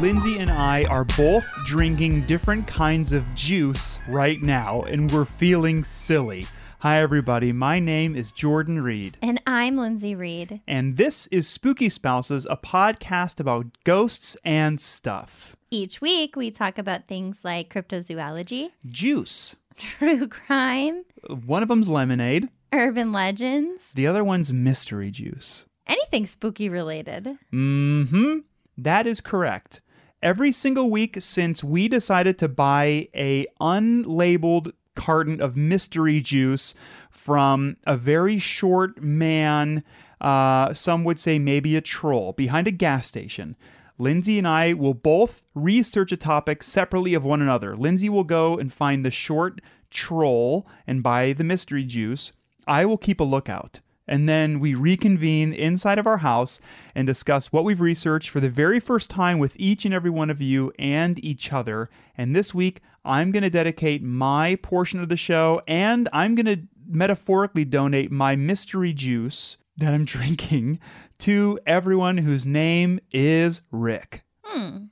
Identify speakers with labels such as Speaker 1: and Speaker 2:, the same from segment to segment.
Speaker 1: Lindsay and I are both drinking different kinds of juice right now, and we're feeling silly. Hi, everybody. My name is Jordan Reed,
Speaker 2: And I'm Lindsay Reed.
Speaker 1: and this is Spooky Spouses, a podcast about ghosts and stuff.
Speaker 2: Each week, we talk about things like cryptozoology,
Speaker 1: Juice.
Speaker 2: true crime,
Speaker 1: One of them's lemonade,
Speaker 2: urban legends,
Speaker 1: the other one's mystery juice.
Speaker 2: anything spooky related.
Speaker 1: hmm That is correct. Every single week since we decided to buy a unlabeled carton of mystery juice from a very short man, uh, some would say maybe a troll, behind a gas station. Lindsay and I will both research a topic separately of one another. Lindsay will go and find the short troll and buy the mystery juice. I will keep a lookout. And then we reconvene inside of our house and discuss what we've researched for the very first time with each and every one of you and each other. And this week, I'm going to dedicate my portion of the show and I'm going to metaphorically donate my mystery juice that I'm drinking to everyone whose name is Rick.
Speaker 2: I'm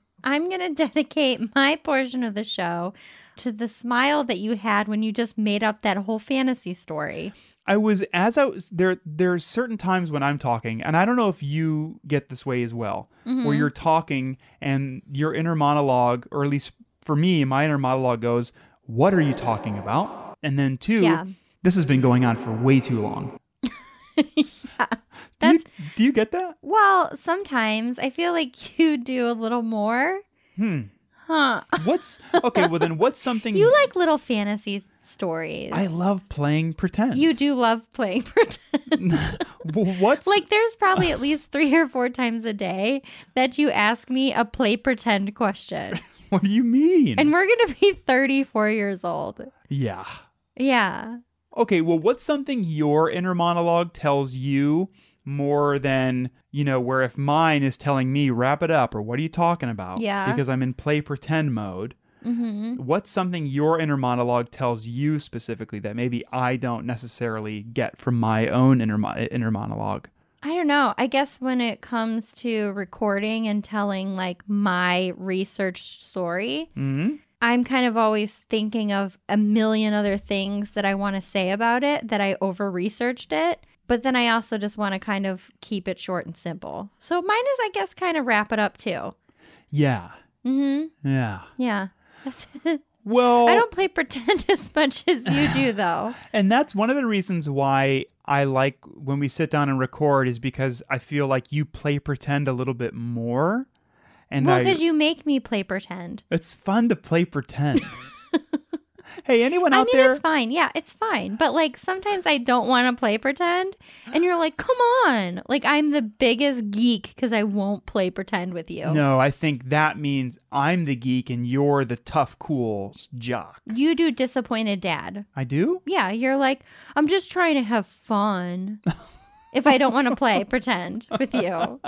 Speaker 2: going to dedicate my portion of the show to the smile that you had when you just made up that whole fantasy story.
Speaker 1: I was as I was there. There are certain times when I'm talking, and I don't know if you get this way as well,
Speaker 2: Mm-hmm.
Speaker 1: where you're talking and your inner monologue, or at least for me, my inner monologue goes, "What are you talking about?" And then two,
Speaker 2: Yeah.
Speaker 1: this has been going on for way too long.
Speaker 2: yeah.
Speaker 1: Do you,
Speaker 2: That's
Speaker 1: do you get that?
Speaker 2: well, sometimes I feel like you do a little more.
Speaker 1: Hmm.
Speaker 2: Huh.
Speaker 1: What's okay? Well, then what's something
Speaker 2: You like little fantasy stories.
Speaker 1: I love playing pretend.
Speaker 2: you do love playing pretend.
Speaker 1: W- What's
Speaker 2: Like there's probably at least three or four times a day that you ask me a play pretend question.
Speaker 1: what do you mean?
Speaker 2: And we're gonna be 34 years old.
Speaker 1: yeah.
Speaker 2: Yeah.
Speaker 1: Okay, well, what's something your inner monologue tells you more than, you know, where if mine is telling me, wrap it up, or what are you talking about?
Speaker 2: Yeah.
Speaker 1: Because I'm in play pretend mode.
Speaker 2: hmm
Speaker 1: What's something your inner monologue tells you specifically that maybe I don't necessarily get from my own inner, mo- inner monologue?
Speaker 2: I don't know. I guess when it comes to recording and telling like my research story,
Speaker 1: hmm
Speaker 2: I'm kind of always thinking of a million other things that I want to say about it that I over researched it. But then I also just want to kind of keep it short and simple. So mine is, I guess, kind of wrap it up too.
Speaker 1: Yeah.
Speaker 2: hmm
Speaker 1: Yeah.
Speaker 2: Yeah. That's it.
Speaker 1: Well,
Speaker 2: I don't play pretend as much as you do, though.
Speaker 1: And that's one of the reasons why I like when we sit down and record is because I feel like you play pretend a little bit more. And
Speaker 2: Well,
Speaker 1: I,
Speaker 2: because you make me play pretend.
Speaker 1: it's fun to play pretend. hey, anyone
Speaker 2: I
Speaker 1: out
Speaker 2: mean,
Speaker 1: there?
Speaker 2: it's fine. Yeah, it's fine. But like sometimes I don't want to play pretend. And you're like, come on. Like I'm the biggest geek because I won't play pretend with you.
Speaker 1: No, I think that means I'm the geek and you're the tough, cool s- jock.
Speaker 2: You do disappointed dad.
Speaker 1: I do?
Speaker 2: Yeah, you're like, I'm just trying to have fun. if I don't want to play pretend with you.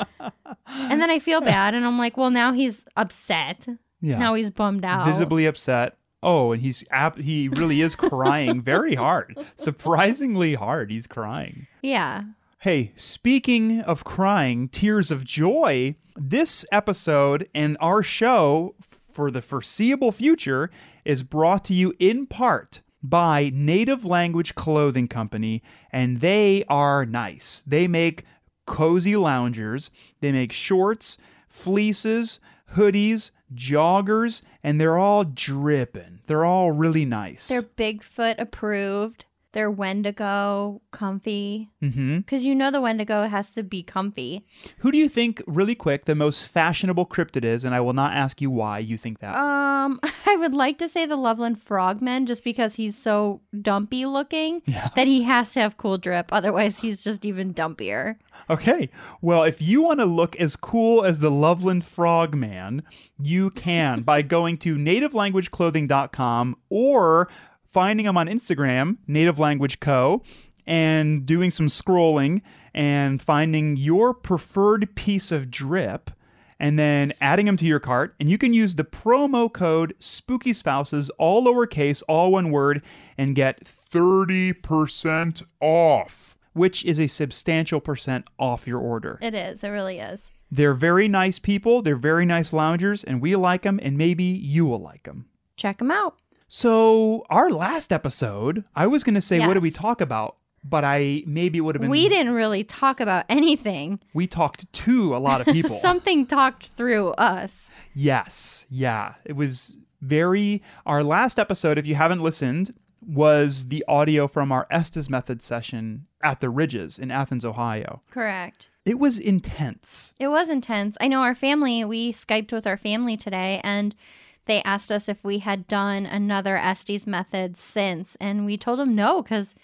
Speaker 2: And then I feel bad and I'm like, well, now he's upset.
Speaker 1: Yeah.
Speaker 2: Now he's bummed out.
Speaker 1: Visibly upset. Oh, and he's ap- he really is crying very hard. Surprisingly hard. He's crying.
Speaker 2: Yeah.
Speaker 1: Hey, speaking of crying, tears of joy, this episode and our show for the foreseeable future is brought to you in part by Native Language Clothing Company, and they are nice. They make cozy loungers, they make shorts, fleeces, hoodies, joggers, and they're all dripping. They're all really nice.
Speaker 2: They're Bigfoot approved. They're Wendigo comfy.
Speaker 1: mm-hmm.
Speaker 2: Because you know the Wendigo has to be comfy.
Speaker 1: Who do you think, really quick, the most fashionable cryptid is? And I will not ask you why you think that.
Speaker 2: Um, I would like to say the Loveland Frogman just because he's so dumpy looking that he has to have cool drip. Otherwise, he's just even dumpier.
Speaker 1: okay. Well, if you want to look as cool as the Loveland Frogman, you can by going to nativelanguageclothing.com or finding them on Instagram, Native Language Co., and doing some scrolling. and finding your preferred piece of drip and then adding them to your cart. And you can use the promo code Spooky Spouses, all lowercase, all one word, and get
Speaker 3: 30% off.
Speaker 1: which is a substantial percent off your order.
Speaker 2: It is. It really is.
Speaker 1: They're very nice people. They're very nice loungers, and we like them, and maybe you will like them.
Speaker 2: Check them out.
Speaker 1: So our last episode, I was going to say, what did
Speaker 2: Yes.
Speaker 1: we talk about? But I maybe would have been
Speaker 2: We didn't really talk about anything.
Speaker 1: we talked to a lot of people.
Speaker 2: Something talked through us.
Speaker 1: Yes. Yeah. It was very. Our last episode, if you haven't listened, was the audio from our Estes Method session at the Ridges in Athens, Ohio.
Speaker 2: Correct.
Speaker 1: It was intense.
Speaker 2: It was intense. I know our family, we Skyped with our family today and they asked us if we had done another Estes method since. And we told them no because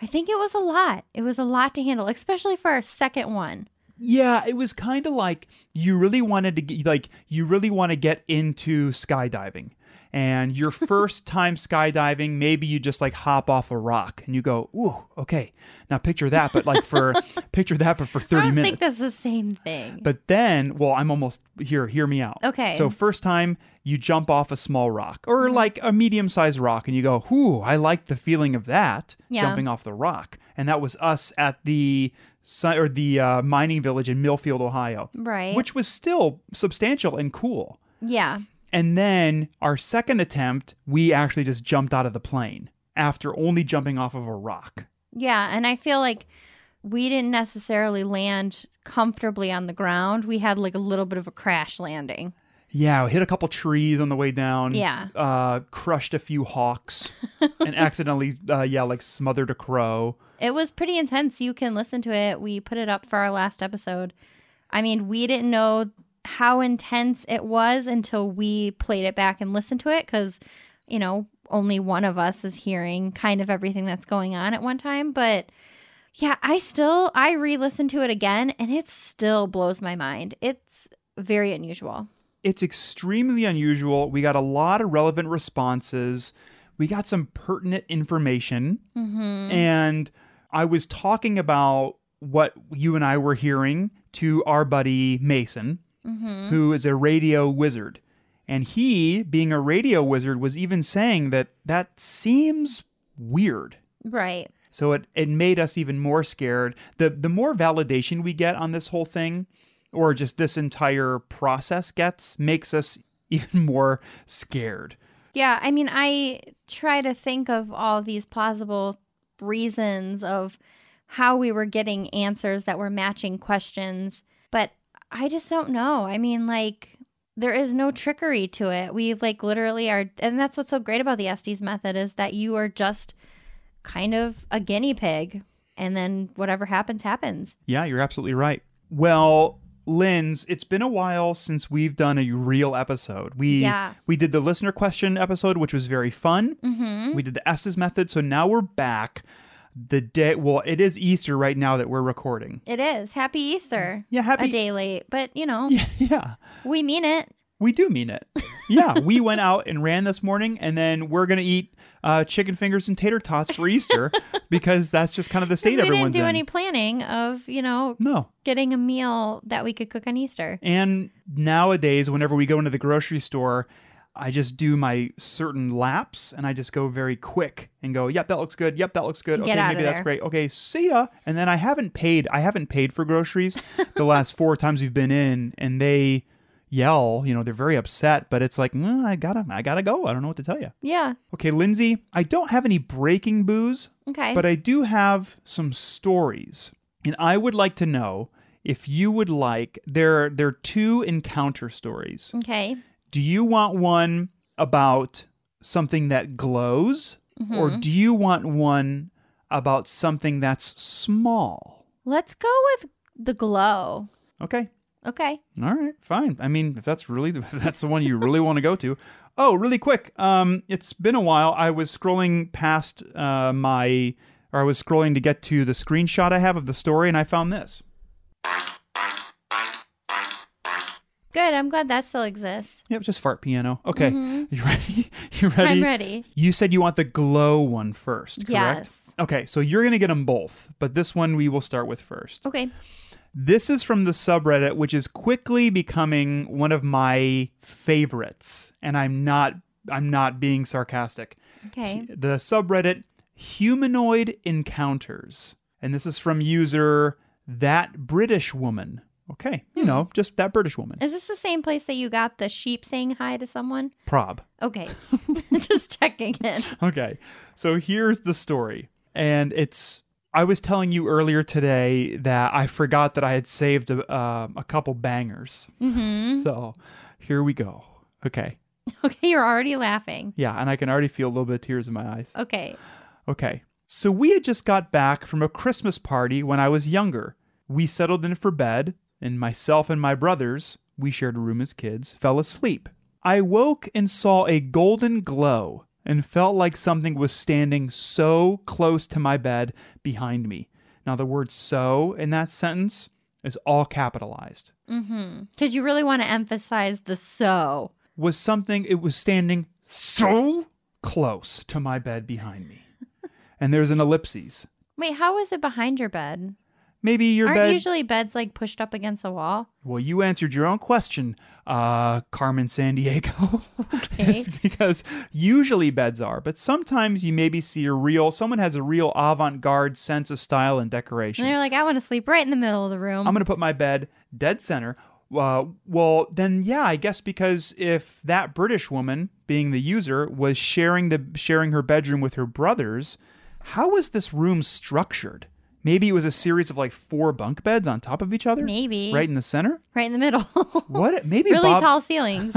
Speaker 2: I think it was a lot. It was a lot to handle, especially for our second one.
Speaker 1: Yeah, it was kind of like you really wanted to get, like you really want to get into skydiving. And your first time skydiving, maybe you just like hop off a rock and you go, "Ooh, okay." Now picture that, but like for picture that but for 30
Speaker 2: I don't
Speaker 1: minutes.
Speaker 2: think that's the same thing.
Speaker 1: But then, well, I'm almost here. Hear me out.
Speaker 2: Okay. Mm-hmm.
Speaker 1: So first time you jump off a small rock or like a medium-sized rock, and you go, "Whoo! I like the feeling of that
Speaker 2: Yeah.
Speaker 1: jumping off the rock." And that was us at the si- or the uh, mining village in Millfield, Ohio,
Speaker 2: right.
Speaker 1: which was still substantial and cool.
Speaker 2: yeah.
Speaker 1: And then our second attempt, we actually just jumped out of the plane after only jumping off of a rock.
Speaker 2: Yeah, and I feel like we didn't necessarily land comfortably on the ground. We had like a little bit of a crash landing.
Speaker 1: Yeah, we hit a couple trees on the way down.
Speaker 2: Yeah.
Speaker 1: Uh, crushed a few hawks and accidentally, uh, yeah, like smothered a crow.
Speaker 2: It was pretty intense. You can listen to it. We put it up for our last episode. I mean, we didn't know how intense it was until we played it back and listened to it because, you know, only one of us is hearing kind of everything that's going on at one time. But yeah, I still, I re listened to it again and it still blows my mind. It's very unusual.
Speaker 1: It's extremely unusual. We got a lot of relevant responses. We got some pertinent information.
Speaker 2: Mm-hmm.
Speaker 1: And I was talking about what you and I were hearing to our buddy Mason,
Speaker 2: Mm-hmm.
Speaker 1: who is a radio wizard. And he, being a radio wizard, was even saying that that seems weird.
Speaker 2: Right.
Speaker 1: So it, it made us even more scared. The the more validation we get on this whole thing, or just this entire process gets, makes us even more scared.
Speaker 2: Yeah, I mean, I try to think of all these plausible reasons of how we were getting answers that were matching questions, but I just don't know. I mean, like there is no trickery to it. We like literally are and that's what's so great about the Estes method is that you are just kind of a guinea pig and then whatever happens happens.
Speaker 1: Yeah, you're absolutely right. Well, Linz, it's been a while since we've done a real episode. We
Speaker 2: Yeah.
Speaker 1: we did the listener question episode, which was very fun.
Speaker 2: Mhm.
Speaker 1: We did the Estes method, so now we're back. The day, well, it is Easter right now that we're recording.
Speaker 2: It is. Happy Easter.
Speaker 1: Yeah, happy.
Speaker 2: A day late, but you know,
Speaker 1: Yeah.
Speaker 2: we mean it.
Speaker 1: We do mean it. Yeah, we went out and ran this morning, and then we're gonna eat uh, chicken fingers and tater tots for Easter because that's just kind of the
Speaker 2: We
Speaker 1: state
Speaker 2: didn't
Speaker 1: everyone's
Speaker 2: do
Speaker 1: in.
Speaker 2: any planning of, you know,
Speaker 1: no,
Speaker 2: getting a meal that we could cook on Easter.
Speaker 1: and nowadays, whenever we go into the grocery store, I just do my certain laps, and I just go very quick and go, "Yep, that looks good. Yep, that looks good.
Speaker 2: Get
Speaker 1: okay,
Speaker 2: out
Speaker 1: maybe
Speaker 2: of
Speaker 1: that's
Speaker 2: there.
Speaker 1: great. Okay, see ya." And then I haven't paid. I haven't paid for groceries the last four times we've been in, and they yell. You know, they're very upset, but it's like, "Mm, I gotta, I gotta go. I don't know what to tell you.
Speaker 2: Yeah.
Speaker 1: Okay, Lindsay, I don't have any breaking booze,
Speaker 2: Okay.
Speaker 1: but I do have some stories. And I would like to know if you would like there there are two encounter stories.
Speaker 2: okay.
Speaker 1: Do you want one about something that glows or do you want one about something that's small?
Speaker 2: Let's go with the glow.
Speaker 1: Okay.
Speaker 2: Okay.
Speaker 1: All right, fine. I mean, if that's really if that's the one you really want to go to. Oh, really quick. Um, it's been a while. I was scrolling past uh, my, or I was scrolling to get to the screenshot I have of the story, and I found this.
Speaker 2: Good. I'm glad that still exists.
Speaker 1: Yep, just fart piano. Okay. You ready? You ready?
Speaker 2: Mm-hmm. I'm ready.
Speaker 1: You said you want the glow one first, correct?
Speaker 2: Yes.
Speaker 1: Okay, so you're going to get them both, but this one we will start with first.
Speaker 2: Okay.
Speaker 1: This is from the subreddit, which is quickly becoming one of my favorites, and I'm not I'm not being sarcastic.
Speaker 2: Okay.
Speaker 1: The subreddit humanoid encounters, and this is from user that British woman. Okay, you know, just that British woman.
Speaker 2: Is this the same place that you got the sheep saying hi to someone?
Speaker 1: Prob.
Speaker 2: Okay. Just checking in.
Speaker 1: Okay. So here's the story. And it's I was telling you earlier today that I forgot that I had saved a, um, a couple bangers.
Speaker 2: hmm
Speaker 1: So here we go. Okay.
Speaker 2: Okay, you're already laughing.
Speaker 1: Yeah. And I can already feel a little bit of tears in my eyes.
Speaker 2: Okay.
Speaker 1: Okay. So we had just got back from a Christmas party when I was younger. We settled in for bed, and myself and my brothers, we shared a room as kids, fell asleep. I woke and saw a golden glow and felt like something was standing so close to my bed behind me. Now, the word so in that sentence is all capitalized.
Speaker 2: Mm-hmm. Because you really want to emphasize the so.
Speaker 1: was something it was standing so close to my bed behind me. and there's an ellipses.
Speaker 2: Wait, how was it behind your bed?
Speaker 1: Maybe your
Speaker 2: Aren't
Speaker 1: bed.
Speaker 2: usually beds like pushed up against a wall?
Speaker 1: well, you answered your own question, uh, Carmen San Diego.
Speaker 2: Okay.
Speaker 1: because usually beds are, but sometimes you maybe see a real someone has a real avant-garde sense of style and decoration.
Speaker 2: And they're like, I want to sleep right in the middle of the room.
Speaker 1: I'm going to put my bed dead center. Uh, well, then, yeah, I guess because if that British woman, being the user, was sharing the sharing her bedroom with her brothers, how was this room structured? Maybe it was a series of like four bunk beds on top of each other,
Speaker 2: Maybe.
Speaker 1: right in the center.
Speaker 2: Right in the middle.
Speaker 1: What? Maybe
Speaker 2: really
Speaker 1: Bob-
Speaker 2: tall ceilings.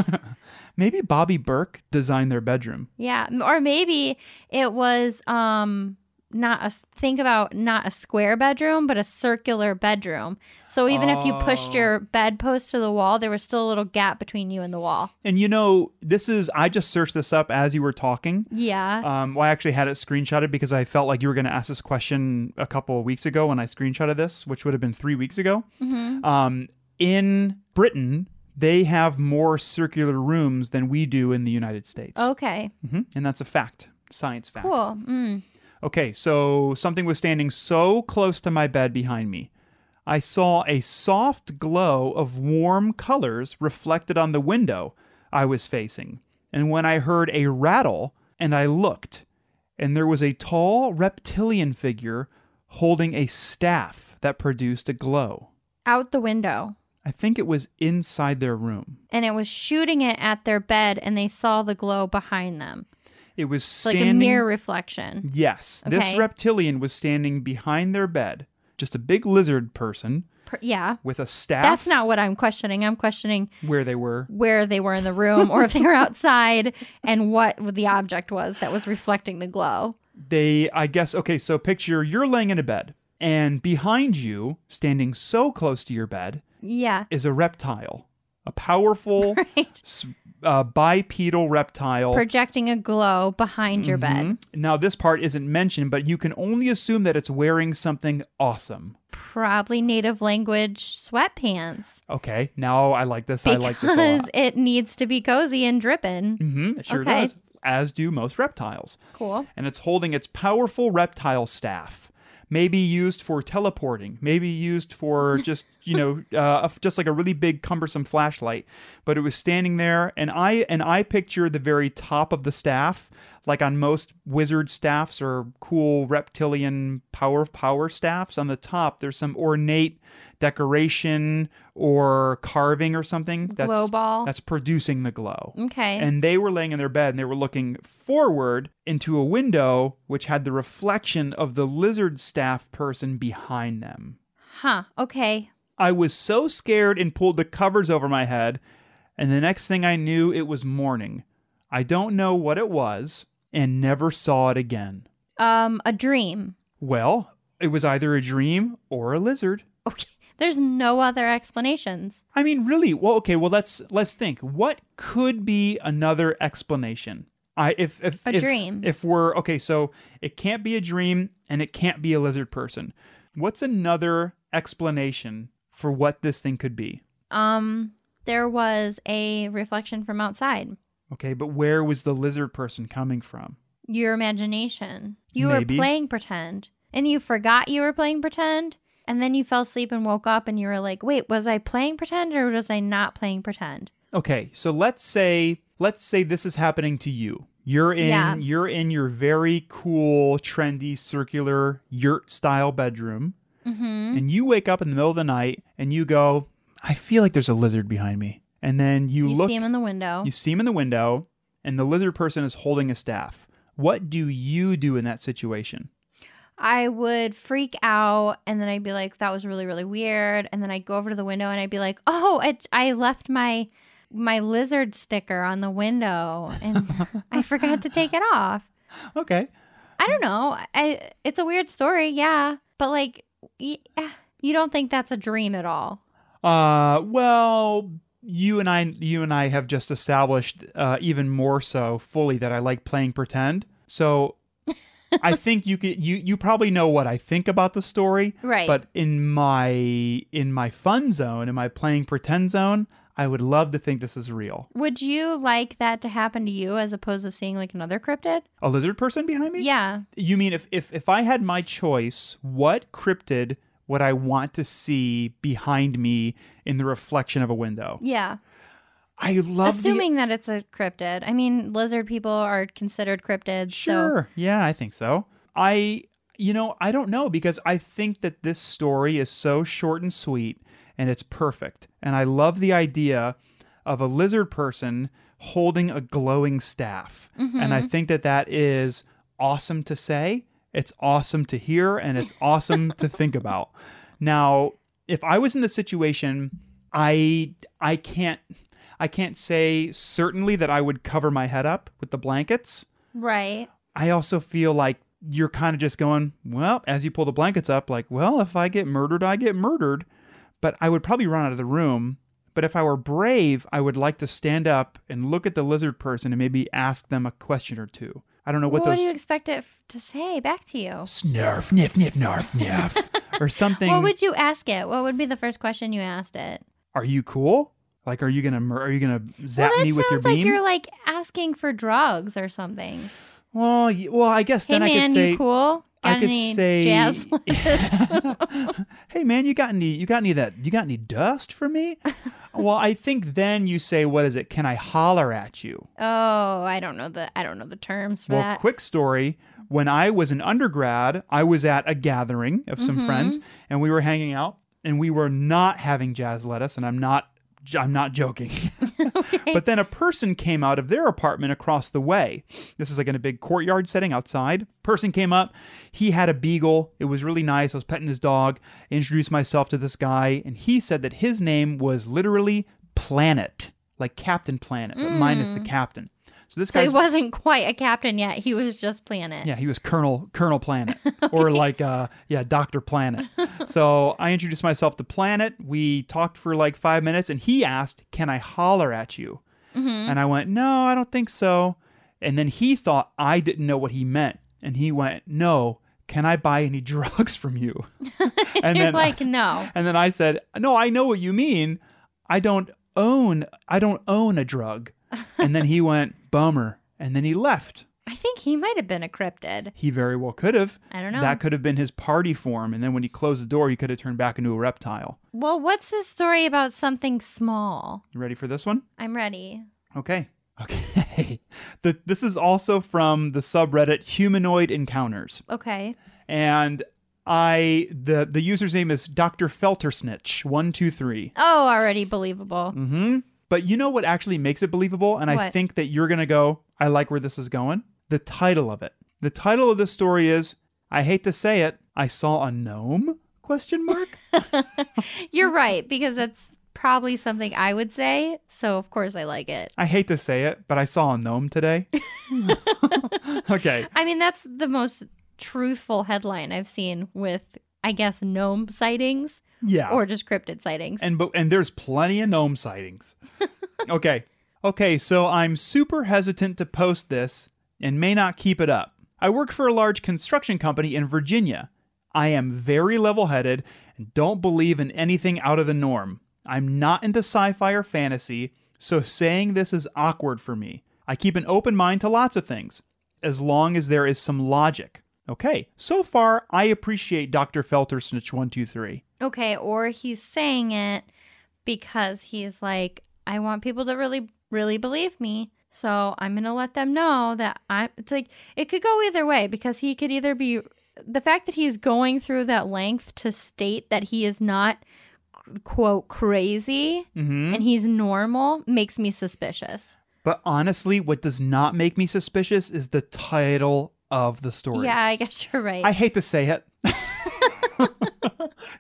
Speaker 1: Maybe Bobby Burke designed their bedroom.
Speaker 2: yeah. M- Or maybe it was um not a s- think about not a square bedroom, but a circular bedroom. So even if you
Speaker 1: Oh.
Speaker 2: pushed your bedpost to the wall, there was still a little gap between you and the wall.
Speaker 1: And you know, this is I just searched this up as you were talking.
Speaker 2: Yeah.
Speaker 1: Um, well, I actually had it screenshotted because I felt like you were going to ask this question a couple of weeks ago when I screenshotted this, which would have been three weeks ago. Um, in Britain, they have more circular rooms than we do in the United States.
Speaker 2: Uh, okay.
Speaker 1: Mhm. And that's a fact, science fact.
Speaker 2: Oh. Cool. Mm.
Speaker 1: Okay, so something was standing so close to my bed behind me. I saw a soft glow of warm colors reflected on the window I was facing. And when I heard a rattle, and I looked, and there was a tall reptilian figure holding a staff that produced a glow.
Speaker 2: Out the window.
Speaker 1: I think it was inside their room.
Speaker 2: And it was shooting it at their bed, and they saw the glow behind them.
Speaker 1: It was
Speaker 2: It's like
Speaker 1: standing
Speaker 2: a mirror reflection.
Speaker 1: Yes, this
Speaker 2: Okay.
Speaker 1: reptilian was standing behind their bed, just a big lizard person
Speaker 2: Per- yeah.
Speaker 1: with a staff.
Speaker 2: That's not what I'm questioning. I'm questioning
Speaker 1: where they were.
Speaker 2: where they were in the room or if they were outside and what the object was that was reflecting the glow.
Speaker 1: They, I guess, okay, so picture you're laying in a bed, and behind you, standing so close to your bed,
Speaker 2: Yeah.
Speaker 1: is a reptile, a powerful
Speaker 2: Right.
Speaker 1: s- uh, bipedal reptile.
Speaker 2: Projecting a glow behind your bed.
Speaker 1: Mhm. Now, this part isn't mentioned, but you can only assume that it's wearing something awesome.
Speaker 2: Probably native language sweatpants
Speaker 1: Okay, now I like this. I like this a
Speaker 2: because
Speaker 1: lot.
Speaker 2: it needs to be cozy and dripping.
Speaker 1: hmm it sure
Speaker 2: Okay.
Speaker 1: does, as do most reptiles.
Speaker 2: Cool.
Speaker 1: and it's holding its powerful reptile staff, maybe used for teleporting, maybe used for just you know uh, a- just like a really big cumbersome flashlight. But it was standing there, and I and I picture the very top of the staff, like on most wizard staffs or cool reptilian power power staffs. On the top, there's some ornate decoration or carving or something that's
Speaker 2: glow ball.
Speaker 1: that's producing the glow.
Speaker 2: Okay.
Speaker 1: And they were laying in their bed and they were looking forward into a window which had the reflection of the lizard staff person behind them.
Speaker 2: huh. Okay.
Speaker 1: I was so scared and pulled the covers over my head, and the next thing I knew, it was morning. I don't know what it was and never saw it again.
Speaker 2: Um, a dream.
Speaker 1: Well, it was either a dream or a lizard.
Speaker 2: Okay. There's no other explanations.
Speaker 1: I mean, really? Well, okay. Well, let's let's think. What could be another explanation? I if if
Speaker 2: A
Speaker 1: if,
Speaker 2: dream.
Speaker 1: If we're okay, so it can't be a dream, and it can't be a lizard person. What's another explanation for what this thing could be?
Speaker 2: Um, there was a reflection from outside.
Speaker 1: Okay, but where was the lizard person coming from?
Speaker 2: Your imagination. You
Speaker 1: Maybe.
Speaker 2: were playing pretend and you forgot you were playing pretend. And then you fell asleep and woke up and you were like, wait, was I playing pretend or was I not playing pretend?
Speaker 1: Okay, so let's say let's say this is happening to you. You're in
Speaker 2: Yeah.
Speaker 1: you're in your very cool, trendy, circular yurt style bedroom,
Speaker 2: Mm-hmm.
Speaker 1: and you wake up in the middle of the night and you go, "I feel like there's a lizard behind me." And then you,
Speaker 2: You,
Speaker 1: look,
Speaker 2: see him in the window.
Speaker 1: you see him in the window, and the lizard person is holding a staff. What do you do in that situation?
Speaker 2: I would freak out and then I'd be like, that was really, really weird. And then I'd go over to the window and I'd be like, oh, it, I left my my lizard sticker on the window and I forgot to take it off.
Speaker 1: Okay,
Speaker 2: I don't know. I it's a weird story, yeah, but like y- eh, you don't think that's a dream at all.
Speaker 1: Uh, well, you and I, you and I have just established uh, even more so fully that I like playing pretend. So I think you could, you you probably know what I think about the story,
Speaker 2: Right.
Speaker 1: But in my in my fun zone, in my playing pretend zone, I would love to think this is real.
Speaker 2: Would you like that to happen to you as opposed to seeing like another cryptid?
Speaker 1: A lizard person behind me?
Speaker 2: Yeah.
Speaker 1: You mean if if if I had my choice, what cryptid would I want to see behind me in the reflection of a window?
Speaker 2: Yeah.
Speaker 1: I love the
Speaker 2: Assuming that it's a cryptid. I mean, lizard people are considered cryptids, so
Speaker 1: Sure. Yeah, I think so. I, you know, I don't know because I think that this story is so short and sweet and it's perfect. And I love the idea of a lizard person holding a glowing staff. And I think that that is awesome to say, it's awesome to hear, and it's awesome to think about. Now, if I was in this situation, I I can't I can't say certainly that I would cover my head up with the blankets.
Speaker 2: right.
Speaker 1: I also feel like you're kind of just going, well, as you pull the blankets up, like, well, if I get murdered, I get murdered. But I would probably run out of the room. But if I were brave, I would like to stand up and look at the lizard person and maybe ask them a question or two. I don't know what
Speaker 2: Well, what do you
Speaker 1: those
Speaker 2: expect it f- to say back to you?
Speaker 1: snarf, niff, niff, narf, niff, or something.
Speaker 2: What would you ask it? What would be the first question you asked it?
Speaker 1: are you cool? Like, are you gonna mur- are you gonna zap
Speaker 2: well, that
Speaker 1: me with your
Speaker 2: sounds
Speaker 1: beam?
Speaker 2: like you're like asking for drugs or something.
Speaker 1: Well, y- well, I guess then
Speaker 2: hey
Speaker 1: I
Speaker 2: man,
Speaker 1: could say
Speaker 2: you cool? Got
Speaker 1: I could
Speaker 2: any
Speaker 1: say,
Speaker 2: jazz?
Speaker 1: hey man, you got any? You got any of that? You got any dust for me? well, I think then you say, what is it? Can I holler at you?
Speaker 2: Oh, I don't know the I don't know the terms for
Speaker 1: Well,
Speaker 2: that.
Speaker 1: quick story. When I was an undergrad, I was at a gathering of
Speaker 2: Mm-hmm.
Speaker 1: some friends, and we were hanging out, and we were not having jazz lettuce, and I'm not. I'm not joking. But then a person came out of their apartment across the way. This is like in a big courtyard setting outside. Person came up. He had a beagle. It was really nice. I was petting his dog. I introduced myself to this guy, and he said that his name was literally Planet, like Captain Planet, but minus the captain. So this
Speaker 2: Mm. so
Speaker 1: guy
Speaker 2: he wasn't quite a captain yet. He was just planet.
Speaker 1: yeah, he was Colonel Colonel Planet, or like uh, yeah, Doctor Planet. so I introduced myself to Planet. We talked for like five minutes, and he asked, "Can I holler at you?"
Speaker 2: Mm-hmm.
Speaker 1: And I went, "No, I don't think so." And then he thought I didn't know what he meant, and he went, "No, can I buy any drugs from you?" and
Speaker 2: You're
Speaker 1: then
Speaker 2: like, no.
Speaker 1: and then I said, "No, I know what you mean. I don't own I don't own a drug." and then he went, "Bummer." And then he left.
Speaker 2: I think he might have been a cryptid.
Speaker 1: He very well could have.
Speaker 2: I don't know.
Speaker 1: That could have been his party form. And then when he closed the door, he could have turned back into a reptile.
Speaker 2: Well, what's his story about something small?
Speaker 1: You ready for this one?
Speaker 2: I'm ready.
Speaker 1: Okay. Okay. the, this is also from the subreddit Humanoid Encounters.
Speaker 2: Okay.
Speaker 1: And I the the user's name is Dr. Feltersnitch123.
Speaker 2: Oh, already believable.
Speaker 1: Mm-hmm. But you know what actually makes it believable? And I
Speaker 2: What?
Speaker 1: think that you're gonna go, I like where this is going. The title of it. The title of this story is I hate to say it, I saw a gnome? Question mark?
Speaker 2: You're right because that's probably something I would say. So of course I like it.
Speaker 1: I hate to say it, but I saw a gnome today. okay.
Speaker 2: I mean, that's the most truthful headline I've seen with, I guess, gnome sightings
Speaker 1: Yeah.
Speaker 2: or just cryptid sightings.
Speaker 1: and but and there's plenty of gnome sightings. okay. Okay, so I'm super hesitant to post this and may not keep it up. I work for a large construction company in Virginia. I am very level-headed and don't believe in anything out of the norm. I'm not into sci fi or fantasy, so saying this is awkward for me. I keep an open mind to lots of things, as long as there is some logic. Okay, so far, I appreciate Dr. Felter Snitch 123.
Speaker 2: Okay, or he's saying it because he's like, I want people to really, really believe me. So I'm going to let them know that I'm. It's like, it could go either way because he could either be. The fact that he's going through that length to state that he is not, quote, crazy
Speaker 1: Mm-hmm.
Speaker 2: and he's normal makes me suspicious.
Speaker 1: But honestly, what does not make me suspicious is the title of the story.
Speaker 2: Yeah, I guess you're right.
Speaker 1: I hate to say it.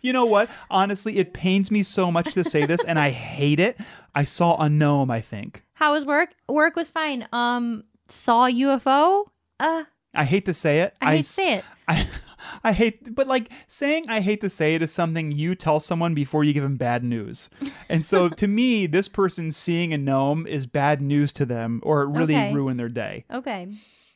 Speaker 1: you know what? Honestly, it pains me so much to say this, and I hate it. I saw a gnome, I think.
Speaker 2: How was work? Work was fine. Um, saw UFO. Uh,
Speaker 1: I hate to say it.
Speaker 2: I hate to
Speaker 1: s-
Speaker 2: say it.
Speaker 1: I, I hate, but like saying I hate to say it is something you tell someone before you give them bad news. And so to me, this person seeing a gnome is bad news to them, or it really
Speaker 2: Okay.
Speaker 1: ruined their day.
Speaker 2: Okay.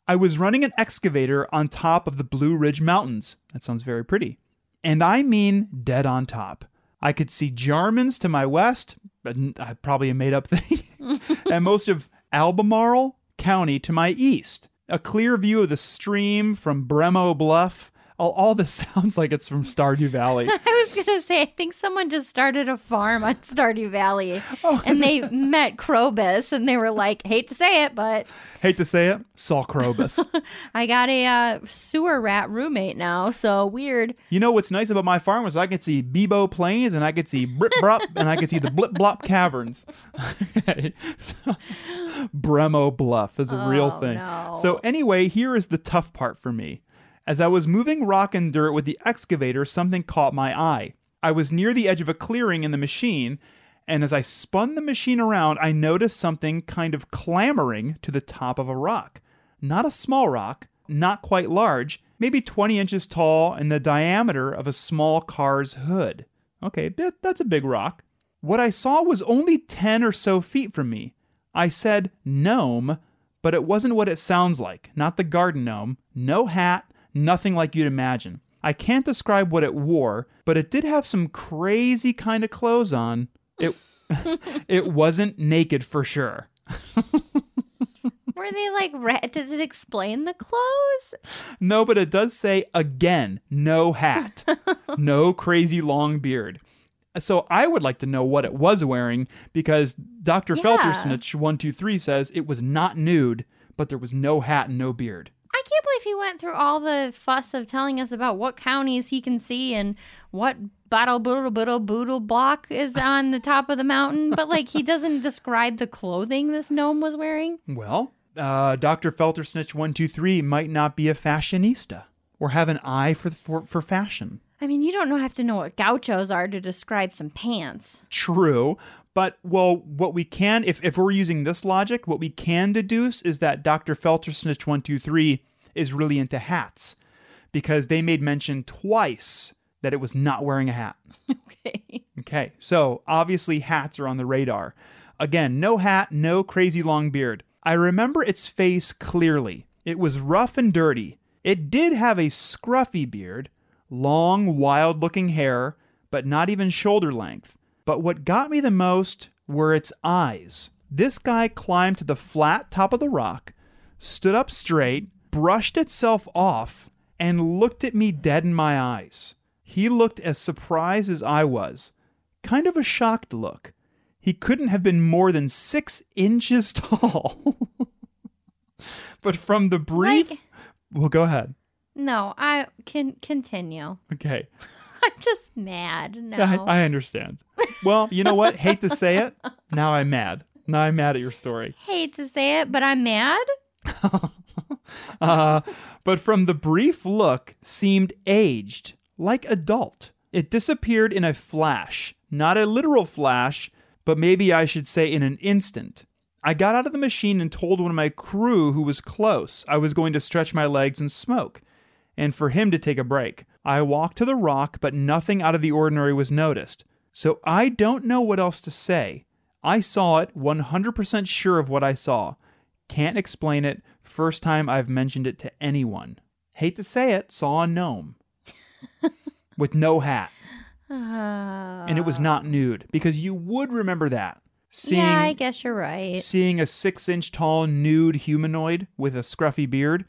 Speaker 1: I was running an excavator on top of the Blue Ridge Mountains. That sounds very pretty. And I mean dead on top. I could see Jarman's to my west, but n- uh, probably a made up thing, and most of Albemarle County to my east. A clear view of the stream from Bremo Bluff. All, all this sounds like it's from Stardew Valley.
Speaker 2: I was gonna say I think someone just started a farm on Stardew Valley, and they met Krobus, and they were like, "Hate to say it, but
Speaker 1: Hate to say it, Saul Crobus.
Speaker 2: I got a uh, sewer rat roommate now, so weird."
Speaker 1: You know what's nice about my farm was I could see Bebo Plains and I could see Brip Brop and I could see the Blip Blop Caverns. Okay. So, Bremo Bluff is a real
Speaker 2: Oh,
Speaker 1: thing.
Speaker 2: no.
Speaker 1: So anyway, here is the tough part for me. As I was moving rock and dirt with the excavator, something caught my eye. I was near the edge of a clearing in the machine, and as I spun the machine around, I noticed something kind of clambering to the top of a rock. Not a small rock, not quite large, maybe 20 inches tall and the diameter of a small car's hood. Okay, that- that's a big rock. What I saw was only 10 or so feet from me. I said gnome, but it wasn't what it sounds like. Not the garden gnome. No hat, nothing like you'd imagine. I can't describe what it wore, but it did have some crazy kind of clothes on. It it wasn't naked for sure.
Speaker 2: Were they like rat? Does it explain the clothes?
Speaker 1: No, but it does say again, no hat, no crazy long beard. So I would like to know what it was wearing because Dr.
Speaker 2: Yeah.
Speaker 1: Feltersnitch 123 says it was not nude, but there was no hat and no beard.
Speaker 2: I can't believe he went through all the fuss of telling us about what counties he can see and what bottle boodle boodle boodle block is on the top of the mountain, but like he doesn't describe the clothing this gnome was wearing.
Speaker 1: Well, uh, Dr. Feltersnitch 123 might not be a fashionista or have an eye for, for, for fashion.
Speaker 2: I mean, you don't know- have to know what gauchos are to describe some pants.
Speaker 1: True. But, well, what we can, if, if we're using this logic, what we can deduce is that Dr. Feltersnitch 123 is really into hats because they made mention twice that it was not wearing a hat.
Speaker 2: Okay.
Speaker 1: Okay, so obviously hats are on the radar. Again, no hat, no crazy long beard. I remember its face clearly. It was rough and dirty. It did have a scruffy beard, long, wild looking hair, but not even shoulder length. But what got me the most were its eyes. This guy climbed to the flat top of the rock, stood up straight, brushed itself off, and looked at me dead in my eyes. He looked as surprised as I was, kind of a shocked look. He couldn't have been more than six inches tall. but from the brief.
Speaker 2: Like-
Speaker 1: well, go ahead.
Speaker 2: No, I can continue.
Speaker 1: Okay.
Speaker 2: I'm just mad
Speaker 1: I,
Speaker 2: now.
Speaker 1: I understand. Well, you know what? Hate to say it. Now I'm mad. Now I'm mad at your story.
Speaker 2: hate to say it, but I'm mad.
Speaker 1: Uh, but from the brief look, seemed aged, like adult. It disappeared in a flash, not a literal flash, but maybe I should say in an instant. I got out of the machine and told one of my crew who was close I was going to stretch my legs and smoke, and for him to take a break. I walked to the rock, but nothing out of the ordinary was noticed. So I don't know what else to say. I saw it, 100% sure of what I saw. Can't explain it. First time I've mentioned it to anyone. Hate to say it, saw a gnome with no hat.
Speaker 2: Uh,
Speaker 1: and it was not nude because you would remember that seeing
Speaker 2: yeah, I guess you're right.
Speaker 1: seeing a six inch tall nude humanoid with a scruffy beard,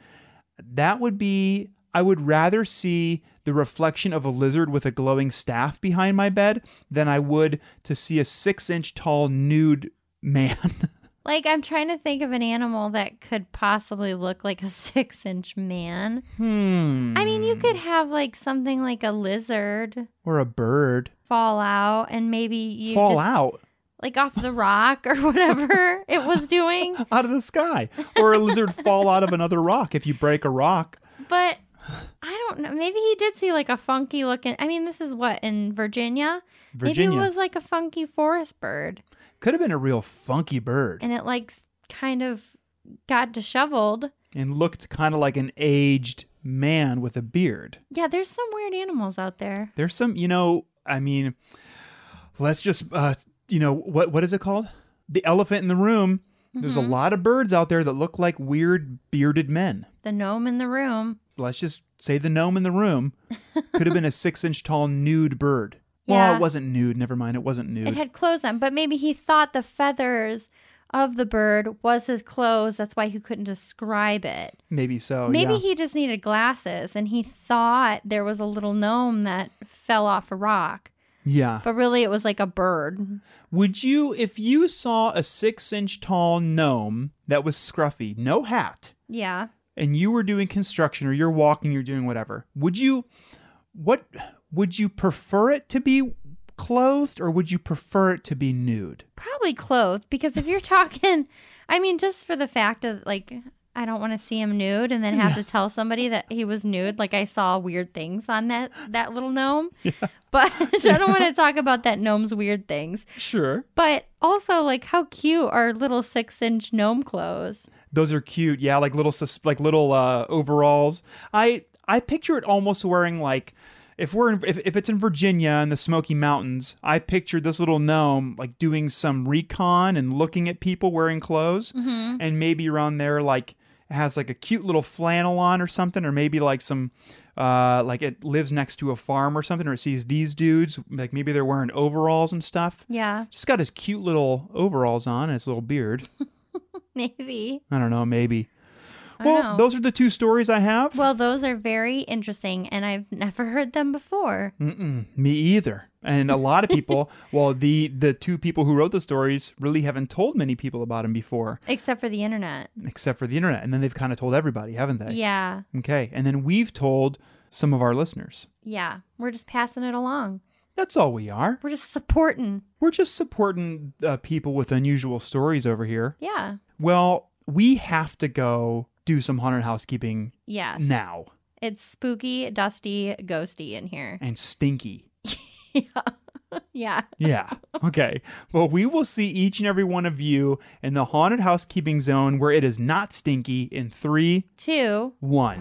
Speaker 1: that would be. I would rather see the reflection of a lizard with a glowing staff behind my bed than I would to see a six inch tall nude man.
Speaker 2: Like I'm trying to think of an animal that could possibly look like a six inch man.
Speaker 1: hmm.
Speaker 2: I mean, you could have like something like a lizard
Speaker 1: Or a bird.
Speaker 2: fall out, and maybe you
Speaker 1: fall
Speaker 2: just,
Speaker 1: out
Speaker 2: like off the rock or whatever it was doing.
Speaker 1: out of the sky. Or a lizard fall out of another rock if you break a rock.
Speaker 2: But I don't know. Maybe he did see like a funky looking. I mean, this is what in Virginia. Maybe
Speaker 1: Virginia.
Speaker 2: it was like a funky forest bird,
Speaker 1: Could have been a real funky bird.
Speaker 2: and it like s- kind of got disheveled.
Speaker 1: and looked kind of like an aged man with a beard.
Speaker 2: Yeah, there's some weird animals out there.
Speaker 1: There's some, you know, I mean, let's just, uh, you know, what what is it called? The elephant in the room. There's
Speaker 2: Mm-hmm.
Speaker 1: a lot of birds out there that look like weird bearded men.
Speaker 2: The gnome in the room.
Speaker 1: Let's just say the gnome in the room could have been a six inch tall nude bird. Well,
Speaker 2: Yeah.
Speaker 1: it wasn't nude. Never mind. It wasn't nude.
Speaker 2: It had clothes on, but maybe he thought the feathers of the bird was his clothes. That's why he couldn't describe it.
Speaker 1: Maybe so.
Speaker 2: Maybe
Speaker 1: Oh, yeah.
Speaker 2: he just needed glasses and he thought there was a little gnome that fell off a rock,
Speaker 1: Yeah.
Speaker 2: but really it was like a bird.
Speaker 1: Would you, if you saw a six inch tall gnome that was scruffy, no hat,
Speaker 2: Yeah.
Speaker 1: and you were doing construction or you're walking, you're doing whatever, would you what would you prefer it to be clothed or would you prefer it to be nude?
Speaker 2: Probably clothed because if you're talking, I mean, just for the fact of like, I don't want to see him nude and then have to tell somebody that he was nude. Like I saw weird things on that that little gnome, but I don't want to talk about that gnome's weird things.
Speaker 1: Sure.
Speaker 2: But also, like, how cute are little six inch gnome clothes?
Speaker 1: Those are cute. Yeah, like little sus- like little uh overalls. I I picture it almost wearing like if we're in, if, if it's in Virginia in the Smoky Mountains, I pictured this little gnome like doing some recon and looking at people wearing clothes, and maybe around there like has like a cute little flannel on or something, or maybe like some uh like it lives next to a farm or something, or it sees these dudes like maybe they're wearing overalls and stuff.
Speaker 2: Yeah,
Speaker 1: Just got his cute little overalls on and his little beard.
Speaker 2: maybe.
Speaker 1: I don't know, maybe.
Speaker 2: I
Speaker 1: Well,
Speaker 2: know.
Speaker 1: those are the two stories I have.
Speaker 2: Well, those are very interesting, and I've never heard them before.
Speaker 1: Mm-mm, me either. And a lot of people, well, the the two people who wrote the stories really haven't told many people about them before,
Speaker 2: Except for the internet.
Speaker 1: except for the internet. And then they've kind of told everybody, haven't they?
Speaker 2: Yeah.
Speaker 1: Okay. And then we've told some of our listeners.
Speaker 2: Yeah. We're just passing it along.
Speaker 1: That's all we are.
Speaker 2: We're just supporting.
Speaker 1: We're just supporting uh, people with unusual stories over here.
Speaker 2: Yeah.
Speaker 1: Well, we have to go do some haunted housekeeping
Speaker 2: Yes.
Speaker 1: now
Speaker 2: It's spooky, dusty, ghosty in here.
Speaker 1: and stinky.
Speaker 2: Yeah.
Speaker 1: Yeah. Okay. Well, we will see each and every one of you in the haunted housekeeping zone where it is not stinky in three,
Speaker 2: Two.
Speaker 1: one.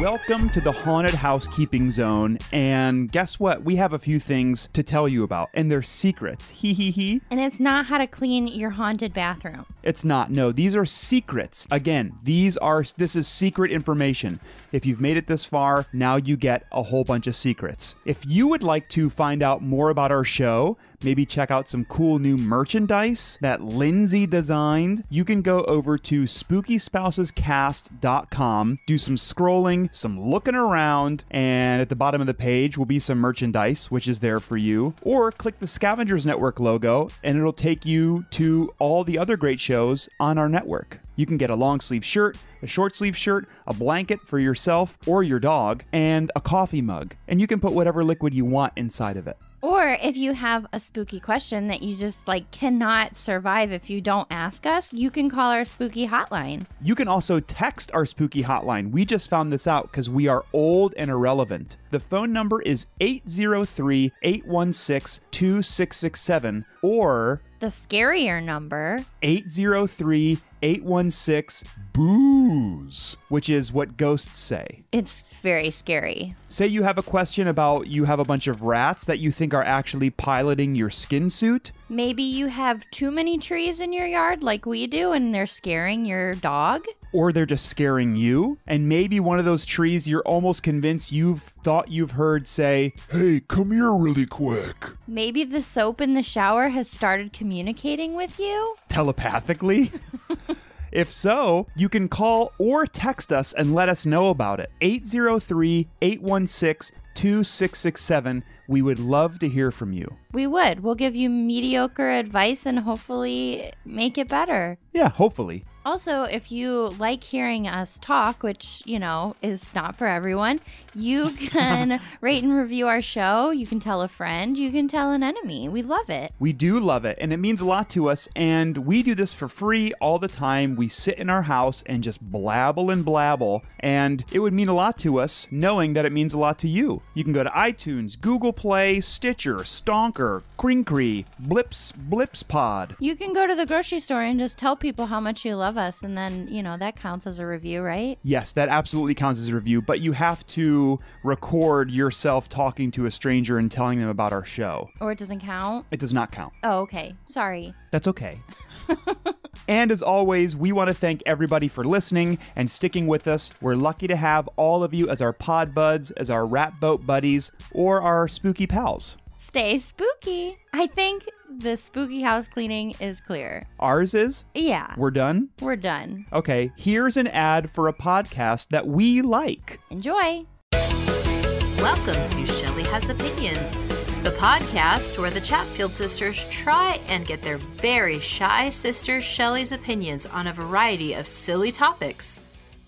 Speaker 1: Welcome to the haunted housekeeping zone. And guess what? We have a few things to tell you about, and they're secrets. Hee hee hee.
Speaker 2: And it's not how to clean your haunted bathroom.
Speaker 1: It's not. No, these are secrets. Again, these are this is secret information. If you've made it this far, now you get a whole bunch of secrets. If you would like to find out more about our show, maybe check out some cool new merchandise that Lindsay designed, you can go over to spookyspousescast.com, do some scrolling, some looking around, and at the bottom of the page will be some merchandise, which is there for you. Or click the Scavengers Network logo, and it'll take you to all the other great shows on our network. You can get a long sleeve shirt, a short sleeve shirt, a blanket for yourself or your dog, and a coffee mug. And you can put whatever liquid you want inside of it.
Speaker 2: Or if you have a spooky question that you just like cannot survive if you don't ask us, you can call our spooky hotline.
Speaker 1: You can also text our spooky hotline. We just found this out because we are old and irrelevant. The phone number is 803 816 2667 or
Speaker 2: The scarier number.
Speaker 1: 803 816
Speaker 3: Booze.
Speaker 1: which is what ghosts say.
Speaker 2: It's very scary.
Speaker 1: Say you have a question about you have a bunch of rats that you think are actually piloting your skin suit.
Speaker 2: Maybe you have too many trees in your yard like we do and they're scaring your dog.
Speaker 1: or they're just scaring you. And maybe one of those trees you're almost convinced you've thought you've heard say,
Speaker 3: Hey, come here really quick.
Speaker 2: Maybe the soap in the shower has started communicating with you.
Speaker 1: telepathically? if so, you can call or text us and let us know about it. 803 816 2667. We would love to hear from you.
Speaker 2: We would. We'll give you mediocre advice and hopefully make it better.
Speaker 1: Yeah, hopefully.
Speaker 2: Also, if you like hearing us talk, which, you know, is not for everyone, you can rate and review our show. You can tell a friend. You can tell an enemy. We love it.
Speaker 1: We do love it, and it means a lot to us. And we do this for free all the time. We sit in our house and just blabble and blabble, and it would mean a lot to us knowing that it means a lot to you. You can go to iTunes, Google Play, Stitcher, Stonker, Crinkry, Blips, Blips Pod.
Speaker 2: You can go to the grocery store and just tell people how much you love us. And then, you know, that counts as a review, right?
Speaker 1: Yes, that absolutely counts as a review, but you have to record yourself talking to a stranger and telling them about our show.
Speaker 2: Or it doesn't count.
Speaker 1: It does not count.
Speaker 2: Oh, okay. Sorry.
Speaker 1: That's okay. and as always, we want to thank everybody for listening and sticking with us. We're lucky to have all of you as our pod buds, as our rat boat buddies, or our spooky pals.
Speaker 2: Stay spooky. I think the spooky house cleaning is clear.
Speaker 1: Ours is,
Speaker 2: Yeah,
Speaker 1: we're done.
Speaker 2: we're done.
Speaker 1: Okay, here's an ad for a podcast that we like.
Speaker 2: Enjoy.
Speaker 4: Welcome to Shelly Has Opinions, the podcast where the Chatfield sisters try and get their very shy sister Shelly's opinions on a variety of silly topics.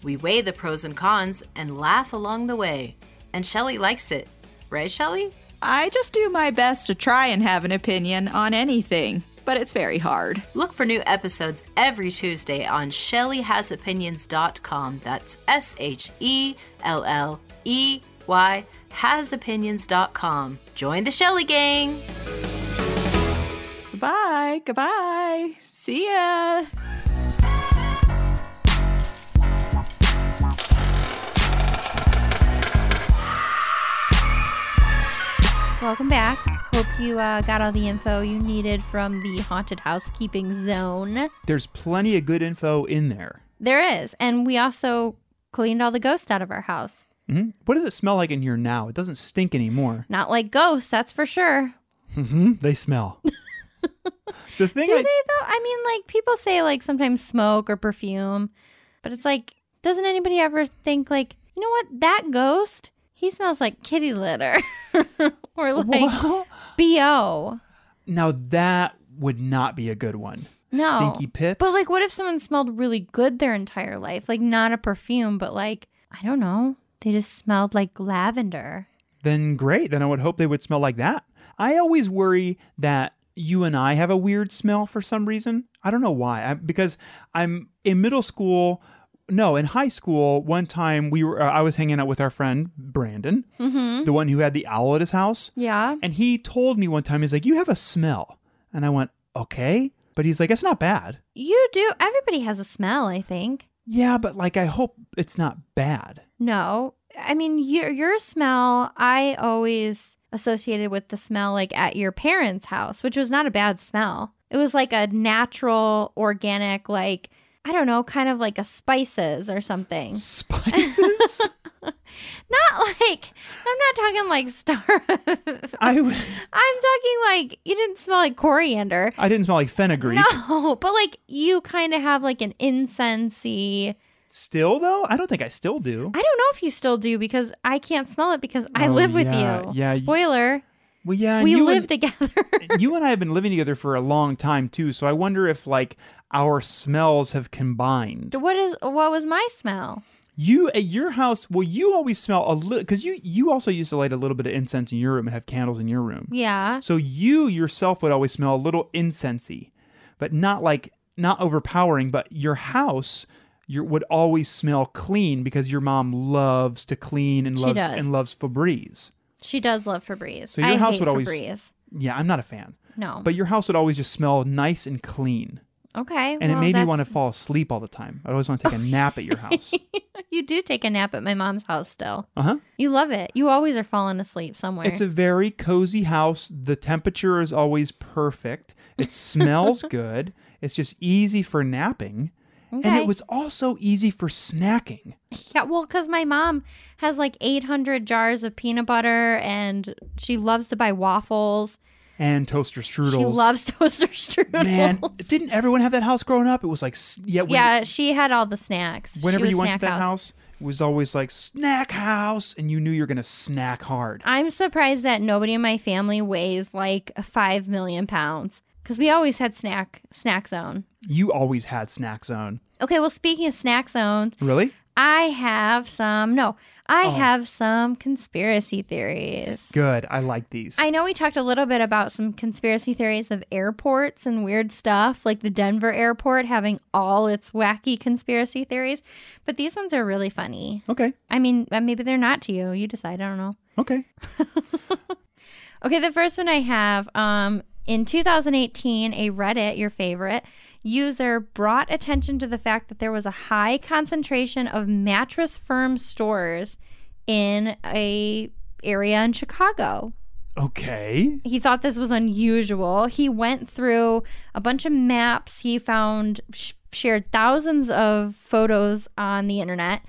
Speaker 4: We weigh the pros and cons and laugh along the way. And Shelly likes it. Right, Shelly?
Speaker 5: I just do my best to try and have an opinion on anything, but it's very hard.
Speaker 4: Look for new episodes every Tuesday on ShellyHasOpinions.com. That's S H E L L E Y hasopinions.com. Join the Shelly gang.
Speaker 5: Goodbye, goodbye. See ya.
Speaker 2: Welcome back. Hope you uh, got all the info you needed from the haunted housekeeping zone.
Speaker 1: There's plenty of good info in there.
Speaker 2: There is, and we also cleaned all the ghosts out of our house.
Speaker 1: hmm What does it smell like in here now? It doesn't stink anymore.
Speaker 2: Not like ghosts, that's for sure.
Speaker 1: hmm They smell. the thing
Speaker 2: Do
Speaker 1: I,
Speaker 2: they though? I mean, like people say, like sometimes smoke or perfume, but it's like, doesn't anybody ever think like, you know what, that ghost, he smells like kitty litter or like
Speaker 1: Well,
Speaker 2: bo.
Speaker 1: now that would not be a good one.
Speaker 2: No.
Speaker 1: Stinky pits.
Speaker 2: But like, what if someone smelled really good their entire life? Like, not a perfume, but like, I don't know. They just smelled like lavender.
Speaker 1: then great. Then I would hope they would smell like that. I always worry that you and I have a weird smell for some reason. I don't know why. I, because I'm in middle school. No, in high school, one time we were. Uh, I was hanging out with our friend Brandon,
Speaker 2: Hmm?
Speaker 1: the one who had the owl at his house.
Speaker 2: Yeah.
Speaker 1: And he told me one time, he's like, "You have a smell," and I went, "Okay," but he's like, "It's not bad."
Speaker 2: You do. Everybody has a smell, I think.
Speaker 1: Yeah, but like I hope it's not bad.
Speaker 2: No. I mean, your, your smell, I always associated with the smell like at your parents' house, which was not a bad smell. It was like a natural, organic, like, I don't know, kind of like a spices or something.
Speaker 1: Spices?
Speaker 2: Not like, I'm not talking like star.
Speaker 1: I w-
Speaker 2: I'm talking like you didn't smell like coriander.
Speaker 1: I didn't smell like fenugreek.
Speaker 2: No, but like you kind of have like an incensey.
Speaker 1: Still though, I don't think I still do.
Speaker 2: I don't know if you still do because I can't smell it because I
Speaker 1: Oh,
Speaker 2: live
Speaker 1: yeah,
Speaker 2: with you.
Speaker 1: yeah, you-
Speaker 2: Spoiler:
Speaker 1: Well, yeah, and
Speaker 2: we
Speaker 1: you
Speaker 2: live together.
Speaker 1: And, you and I have been living together for a long time too, so I wonder if like our smells have combined.
Speaker 2: what is what was my smell?
Speaker 1: You at your house, well, you always smell a little because you you also used to light a little bit of incense in your room and have candles in your room.
Speaker 2: Yeah,
Speaker 1: So you yourself would always smell a little incensey, but not like not overpowering. But your house your, would always smell clean because your mom loves to clean and
Speaker 2: She
Speaker 1: loves
Speaker 2: does.
Speaker 1: and loves Febreze.
Speaker 2: she does love Febreze.
Speaker 1: So your
Speaker 2: I
Speaker 1: house
Speaker 2: hate
Speaker 1: would always-
Speaker 2: Febreze.
Speaker 1: Yeah, I'm not a fan,
Speaker 2: No,
Speaker 1: but your house would always just smell nice and clean,
Speaker 2: okay,
Speaker 1: and
Speaker 2: well,
Speaker 1: it made me
Speaker 2: that's-
Speaker 1: want to fall asleep all the time. I always want to take a nap at your house.
Speaker 2: You do take a nap at my mom's house still.
Speaker 1: Uh huh.
Speaker 2: You love it. You always are falling asleep somewhere.
Speaker 1: It's a very cozy house. The temperature is always perfect. It smells good. It's just easy for napping.
Speaker 2: Okay.
Speaker 1: And it was also easy for snacking.
Speaker 2: Yeah, well, because my mom has like 800 jars of peanut butter and she loves to buy waffles.
Speaker 1: And toaster strudels.
Speaker 2: She loves toaster strudels.
Speaker 1: Man, didn't everyone have that house growing up? It was like, s- yeah, when,
Speaker 2: yeah, she had all the snacks. She
Speaker 1: whenever
Speaker 2: was
Speaker 1: you went to
Speaker 2: snack
Speaker 1: that house. it was always like snack house, and you knew you were gonna snack hard.
Speaker 2: I'm surprised that nobody in my family weighs like 5 million pounds because we always had snack snack zone.
Speaker 1: You always had snack zone.
Speaker 2: Okay, well, speaking of snack zones,
Speaker 1: Really?
Speaker 2: I have some, no,
Speaker 1: Oh.
Speaker 2: I have some conspiracy theories.
Speaker 1: Good. I like these.
Speaker 2: I know we talked a little bit about some conspiracy theories of airports and weird stuff, like the Denver airport having all its wacky conspiracy theories, but these ones are really funny.
Speaker 1: okay.
Speaker 2: I mean, uh, maybe they're not to you. You decide. I don't know.
Speaker 1: Okay.
Speaker 2: Okay, the first one I have um, in 2018, a Reddit, your favorite user, brought attention to the fact that there was a high concentration of mattress firm stores in a area in Chicago.
Speaker 1: Okay.
Speaker 2: he thought this was unusual. He went through a bunch of maps. He found sh- shared thousands of photos on the internet,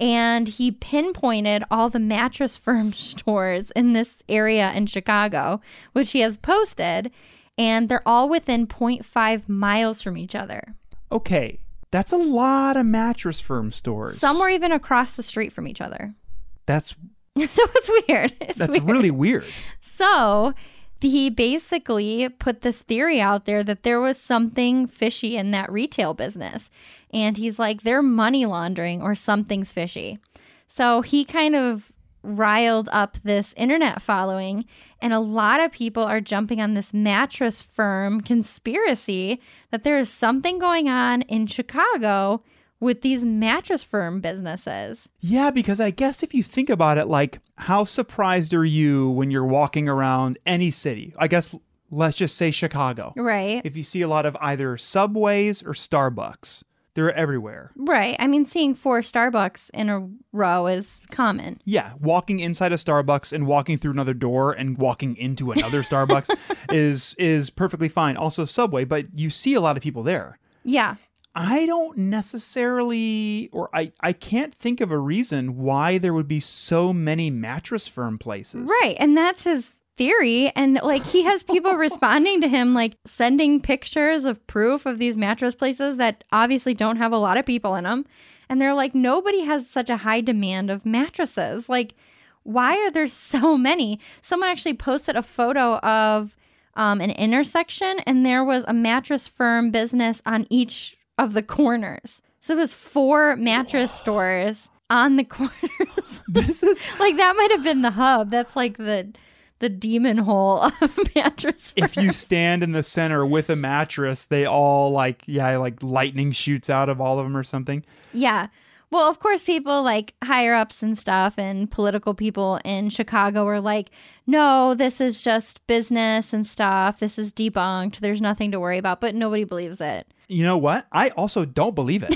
Speaker 2: and he pinpointed all the mattress firm stores in this area in Chicago, which he has posted, and they're all within 0.5 miles from each other.
Speaker 1: Okay. That's a lot of mattress firm stores.
Speaker 2: Some were even across the street from each other.
Speaker 1: That's
Speaker 2: so it's weird. It's
Speaker 1: that's
Speaker 2: weird.
Speaker 1: really weird.
Speaker 2: So he basically put this theory out there that there was something fishy in that retail business. And he's like, they're money laundering or something's fishy. So he kind of riled up this internet following. And a lot of people are jumping on this mattress firm conspiracy that there is something going on in Chicago with these mattress firm businesses.
Speaker 1: Yeah, because I guess if you think about it, like how surprised are you when you're walking around any city? I guess let's just say Chicago.
Speaker 2: Right.
Speaker 1: If you see a lot of either subways or Starbucks, they're everywhere.
Speaker 2: Right. I mean, seeing four Starbucks in a row is common.
Speaker 1: Yeah, walking inside a Starbucks and walking through another door and walking into another Starbucks is is perfectly fine. Also Subway, but you see a lot of people there.
Speaker 2: Yeah.
Speaker 1: I don't necessarily or I I can't think of a reason why there would be so many mattress firm places.
Speaker 2: Right. And that's his theory. And like, he has people responding to him, like sending pictures of proof of these mattress places that obviously don't have a lot of people in them. And they're like, nobody has such a high demand of mattresses. Like, why are there so many? Someone actually posted a photo of um, an intersection, and there was a mattress firm business on each of the corners. So it was four mattress stores on the corners.
Speaker 1: This is
Speaker 2: like that might have been the hub. That's like the the demon hole of mattress.
Speaker 1: if
Speaker 2: firm.
Speaker 1: you stand in the center with a mattress, they all like yeah, like lightning shoots out of all of them or something.
Speaker 2: yeah. Well, of course, people like higher ups and stuff and political people in Chicago are like, no, this is just business and stuff. This is debunked. There's nothing to worry about, but nobody believes it.
Speaker 1: You know what? I also don't believe it.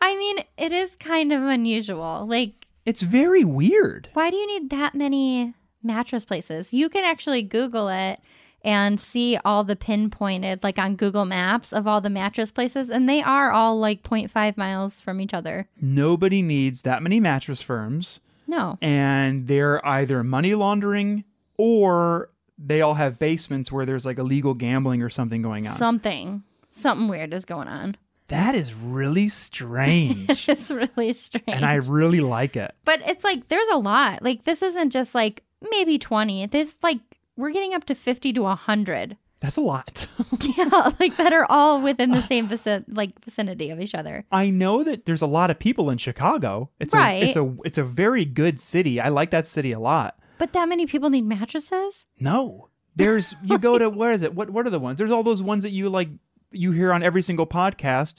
Speaker 2: I mean, it is kind of unusual. Like,
Speaker 1: it's very weird.
Speaker 2: why do you need that many mattress places? You can actually Google it and see all the pinpointed, like on Google Maps, of all the mattress places, and they are all like 0.5 miles from each other.
Speaker 1: Nobody needs that many mattress firms.
Speaker 2: No.
Speaker 1: and they're either money laundering or they all have basements where there's like illegal gambling or something going on.
Speaker 2: Something. Something weird is going on.
Speaker 1: that is really strange.
Speaker 2: It's really strange.
Speaker 1: and I really like it.
Speaker 2: but it's like there's a lot. Like this isn't just like maybe 20. There's like we're getting up to 50 to 100.
Speaker 1: That's a lot.
Speaker 2: yeah, like that are all within the same vicin- like vicinity of each other.
Speaker 1: I know that there's a lot of people in Chicago. It's
Speaker 2: Right.
Speaker 1: a it's a it's a very good city. I like that city a lot.
Speaker 2: But that many people need mattresses?
Speaker 1: No. There's you go to where is it? What what are the ones? There's all those ones that you like you hear on every single podcast.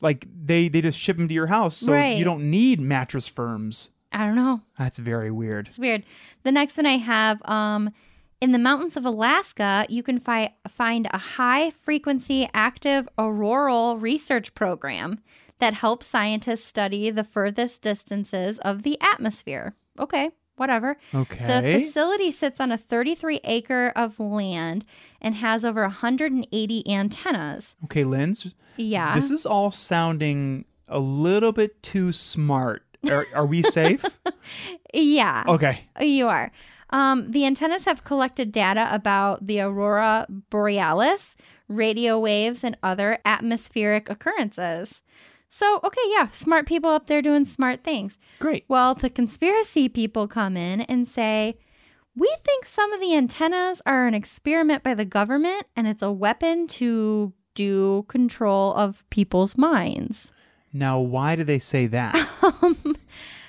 Speaker 1: Like they they just ship them to your house so
Speaker 2: Right.
Speaker 1: you don't need mattress firms.
Speaker 2: I don't know.
Speaker 1: That's very weird.
Speaker 2: It's weird. The next one I have um in the mountains of Alaska, you can fi- find a high frequency active auroral research program that helps scientists study the furthest distances of the atmosphere. Okay. whatever.
Speaker 1: Okay.
Speaker 2: The facility sits on a 33 acre of land and has over 180 antennas.
Speaker 1: okay, Linz.
Speaker 2: Yeah.
Speaker 1: This is all sounding a little bit too smart. Are, are we safe?
Speaker 2: yeah.
Speaker 1: okay.
Speaker 2: Oh, You are. Um, the antennas have collected data about the aurora borealis, radio waves, and other atmospheric occurrences. So, okay, yeah, smart people up there doing smart things.
Speaker 1: Great.
Speaker 2: Well, the conspiracy people come in and say, we think some of the antennas are an experiment by the government and it's a weapon to do control of people's minds.
Speaker 1: Now, why do they say that?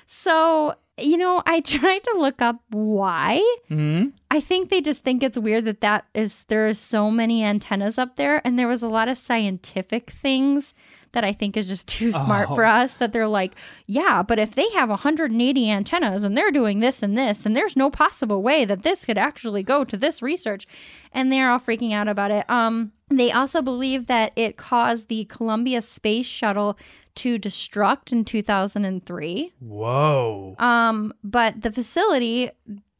Speaker 2: So, you know, I tried to look up why.
Speaker 1: hmm
Speaker 2: I think they just think it's weird that that is there are so many antennas up there, and there was a lot of scientific things that I think is just too smart for us. That they're like, yeah, but if they have 180 antennas and they're doing this and this, and there's no possible way that this could actually go to this research, and they're all freaking out about it. Um, they also believe that it caused the Columbia space shuttle to destruct in 2003.
Speaker 1: Whoa.
Speaker 2: Um, but the facility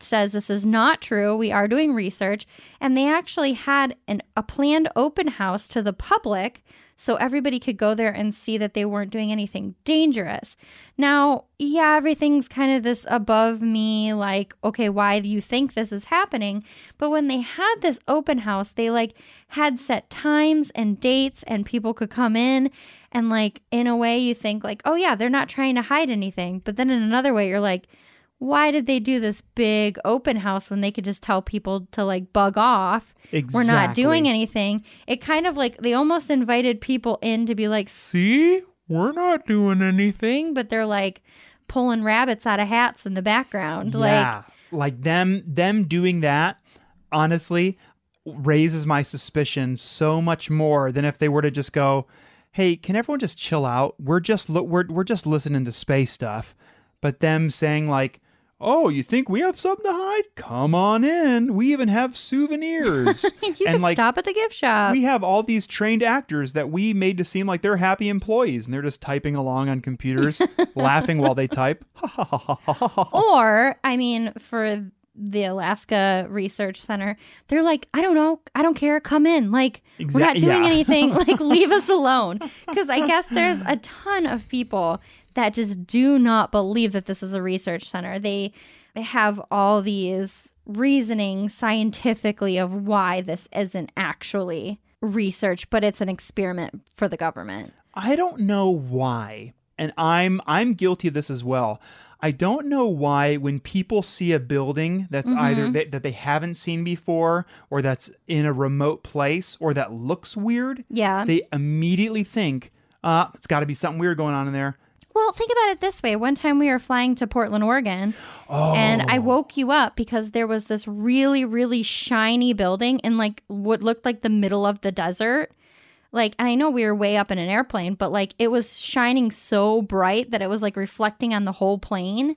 Speaker 2: says this is not true. We are doing research, and they actually had an, a planned open house to the public so everybody could go there and see that they weren't doing anything dangerous. Now, yeah, everything's kind of this above me, like, okay, why do you think this is happening? But when they had this open house, they like had set times and dates, and people could come in. And like, in a way, you think, like, oh, yeah, they're not trying to hide anything. But then in another way, you're like, why did they do this big open house when they could just tell people to like bug off? We're not doing
Speaker 1: Exactly.
Speaker 2: anything. It kind of like they almost invited people in to be like,
Speaker 1: See? We're not doing anything.
Speaker 2: thing, but they're like pulling rabbits out of hats in the background. Like,
Speaker 1: yeah. like them them doing that honestly raises my suspicion so much more than if they were to just go hey can everyone just chill out we're just lo- we're, we're just listening to space stuff but them saying like oh you think we have something to hide come on in we even have souvenirs
Speaker 2: you
Speaker 1: and
Speaker 2: can
Speaker 1: like
Speaker 2: stop at the gift shop.
Speaker 1: we have all these trained actors that we made to seem like they're happy employees and they're just typing along on computers laughing while they type
Speaker 2: or, I mean, for the Alaska Research Center, they're like, I don't know. I don't care. Come in. Like, we're not
Speaker 1: Exact-
Speaker 2: doing
Speaker 1: yeah.
Speaker 2: anything. Like, leave us alone. Because I guess there's a ton of people that just do not believe that this is a research center. They have all these reasoning scientifically of why this isn't actually research, but it's an experiment for the government.
Speaker 1: I don't know why, and I'm I'm guilty of this as well. I don't know why when people see a building that's
Speaker 2: Mm-hmm.
Speaker 1: either that, that they haven't seen before or that's in a remote place or that looks weird,
Speaker 2: Yeah.
Speaker 1: they immediately think, uh, it's got to be something weird going on in there.
Speaker 2: Well, think about it this way. One time we were flying to Portland, Oregon, and
Speaker 1: Oh.
Speaker 2: I woke you up because there was this really, really shiny building in like what looked like the middle of the desert. Like, and I know we were way up in an airplane, but like it was shining so bright that it was like reflecting on the whole plane.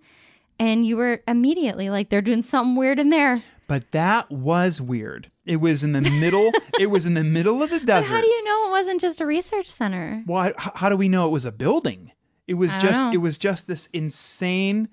Speaker 2: And you were immediately like, they're doing something weird in there.
Speaker 1: But that was weird. It was in the middle. it was in the middle of the
Speaker 2: But
Speaker 1: desert.
Speaker 2: how do you know it wasn't just a research center?
Speaker 1: Why? h- How do we know it was a building? It was
Speaker 2: I don't
Speaker 1: just.
Speaker 2: know.
Speaker 1: It was just this insane,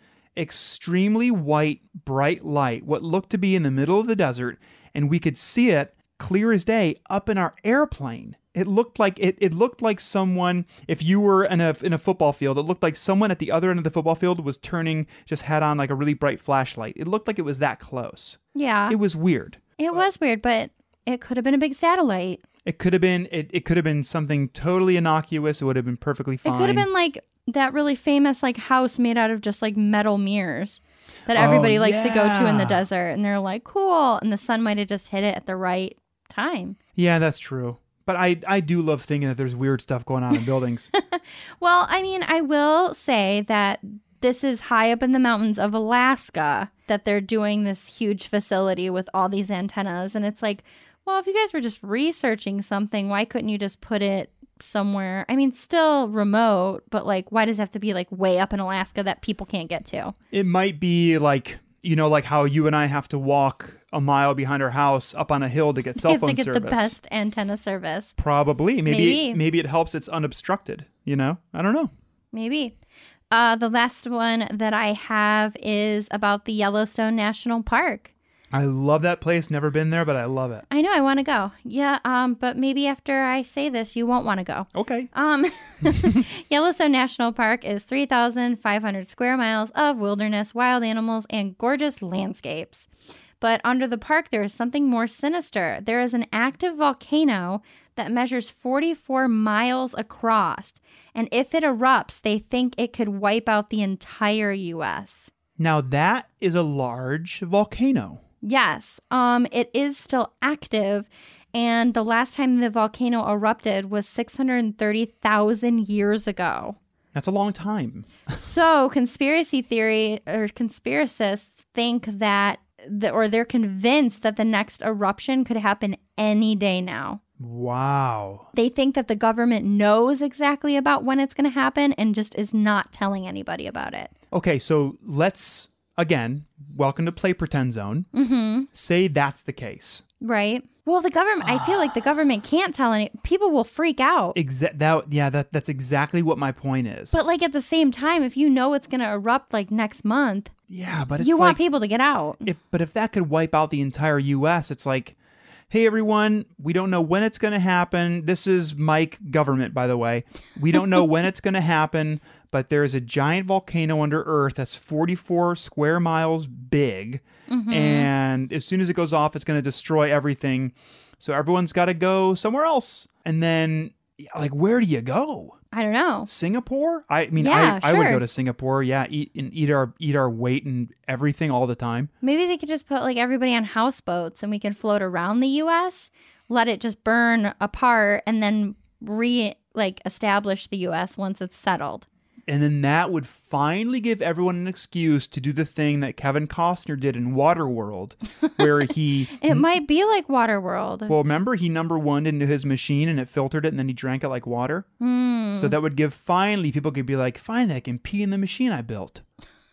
Speaker 1: extremely white, bright light. What looked to be in the middle of the desert, and we could see it clear as day up in our airplane. It looked like it. It looked like someone. If you were in a in a football field, it looked like someone at the other end of the football field was turning. Just had on like a really bright flashlight. It looked like it was that close.
Speaker 2: Yeah.
Speaker 1: It was weird.
Speaker 2: it was weird, but it could have been a big satellite.
Speaker 1: It could have been. It, it could have been something totally innocuous. It would have been perfectly fine.
Speaker 2: It could have been like that really famous like house made out of just like metal mirrors that
Speaker 1: Oh,
Speaker 2: everybody likes to go to in the
Speaker 1: yeah.
Speaker 2: desert and they're like cool and the sun might have just hit it at the right time.
Speaker 1: Yeah, that's true. But I I do love thinking that there's weird stuff going on in buildings.
Speaker 2: Well, I mean, I will say that this is high up in the mountains of Alaska that they're doing this huge facility with all these antennas and it's like, well, if you guys were just researching something, why couldn't you just put it somewhere? I mean, still remote, but like why does it have to be like way up in Alaska that people can't get to?
Speaker 1: it might be like you know, like how you and I have to walk a mile behind our house up on a hill to get cell
Speaker 2: You have
Speaker 1: phone
Speaker 2: to get
Speaker 1: service.
Speaker 2: the best antenna service.
Speaker 1: Probably. Maybe
Speaker 2: Maybe.
Speaker 1: maybe it helps it's unobstructed, you know? I don't know.
Speaker 2: Maybe. Uh, the last one that I have is about the Yellowstone National Park.
Speaker 1: I love that place. Never been there, but I love it.
Speaker 2: I know I want to go. Yeah, um, but maybe after I say this, you won't want to go.
Speaker 1: Okay.
Speaker 2: Um, Yellowstone National Park is 3,500 square miles of wilderness, wild animals, and gorgeous landscapes. But under the park, there is something more sinister. There is an active volcano that measures 44 miles across. And if it erupts, they think it could wipe out the entire U.S.
Speaker 1: Now that is a large volcano.
Speaker 2: Yes, um, it is still active. And the last time the volcano erupted was 630,000 years ago.
Speaker 1: That's a long time.
Speaker 2: So, conspiracy theory or conspiracists think that, the, or they're convinced that the next eruption could happen any day now.
Speaker 1: Wow.
Speaker 2: They think that the government knows exactly about when it's going to happen and just is not telling anybody about it.
Speaker 1: Okay, so let's again, welcome to play pretend zone.
Speaker 2: hmm
Speaker 1: Say that's the case.
Speaker 2: Right. Well, the government, I feel like
Speaker 1: Ah.
Speaker 2: the government can't tell any, people will freak out.
Speaker 1: Exa- that yeah, that that's exactly what my point is.
Speaker 2: But like at the same time, if you know it's going to erupt like next month,
Speaker 1: yeah, but it's
Speaker 2: you want
Speaker 1: like,
Speaker 2: people to get out.
Speaker 1: if but if that could wipe out the entire US, it's like, hey everyone, we don't know when it's gonna happen. This is Mike government, by the way. We don't know when it's gonna happen, but there is a giant volcano under Earth that's forty four square miles big.
Speaker 2: Mm-hmm.
Speaker 1: And as soon as it goes off, it's gonna destroy everything. So everyone's gotta go somewhere else. And then yeah, like where do you go?
Speaker 2: I don't know.
Speaker 1: Singapore? I mean,
Speaker 2: Yeah,
Speaker 1: I, I would
Speaker 2: sure.
Speaker 1: go to Singapore. Yeah, eat and eat our eat our weight and everything all the time.
Speaker 2: Maybe they could just put like everybody on houseboats and we can float around the US, let it just burn apart and then re like establish the US once it's settled.
Speaker 1: And then that would finally give everyone an excuse to do the thing that Kevin Costner did in Waterworld, where he,
Speaker 2: It might be like Waterworld.
Speaker 1: well, remember he number one into his machine and it filtered it and then he drank it like water.
Speaker 2: Hmm.
Speaker 1: So that would give finally people could be like, fine, I can pee in the machine I built.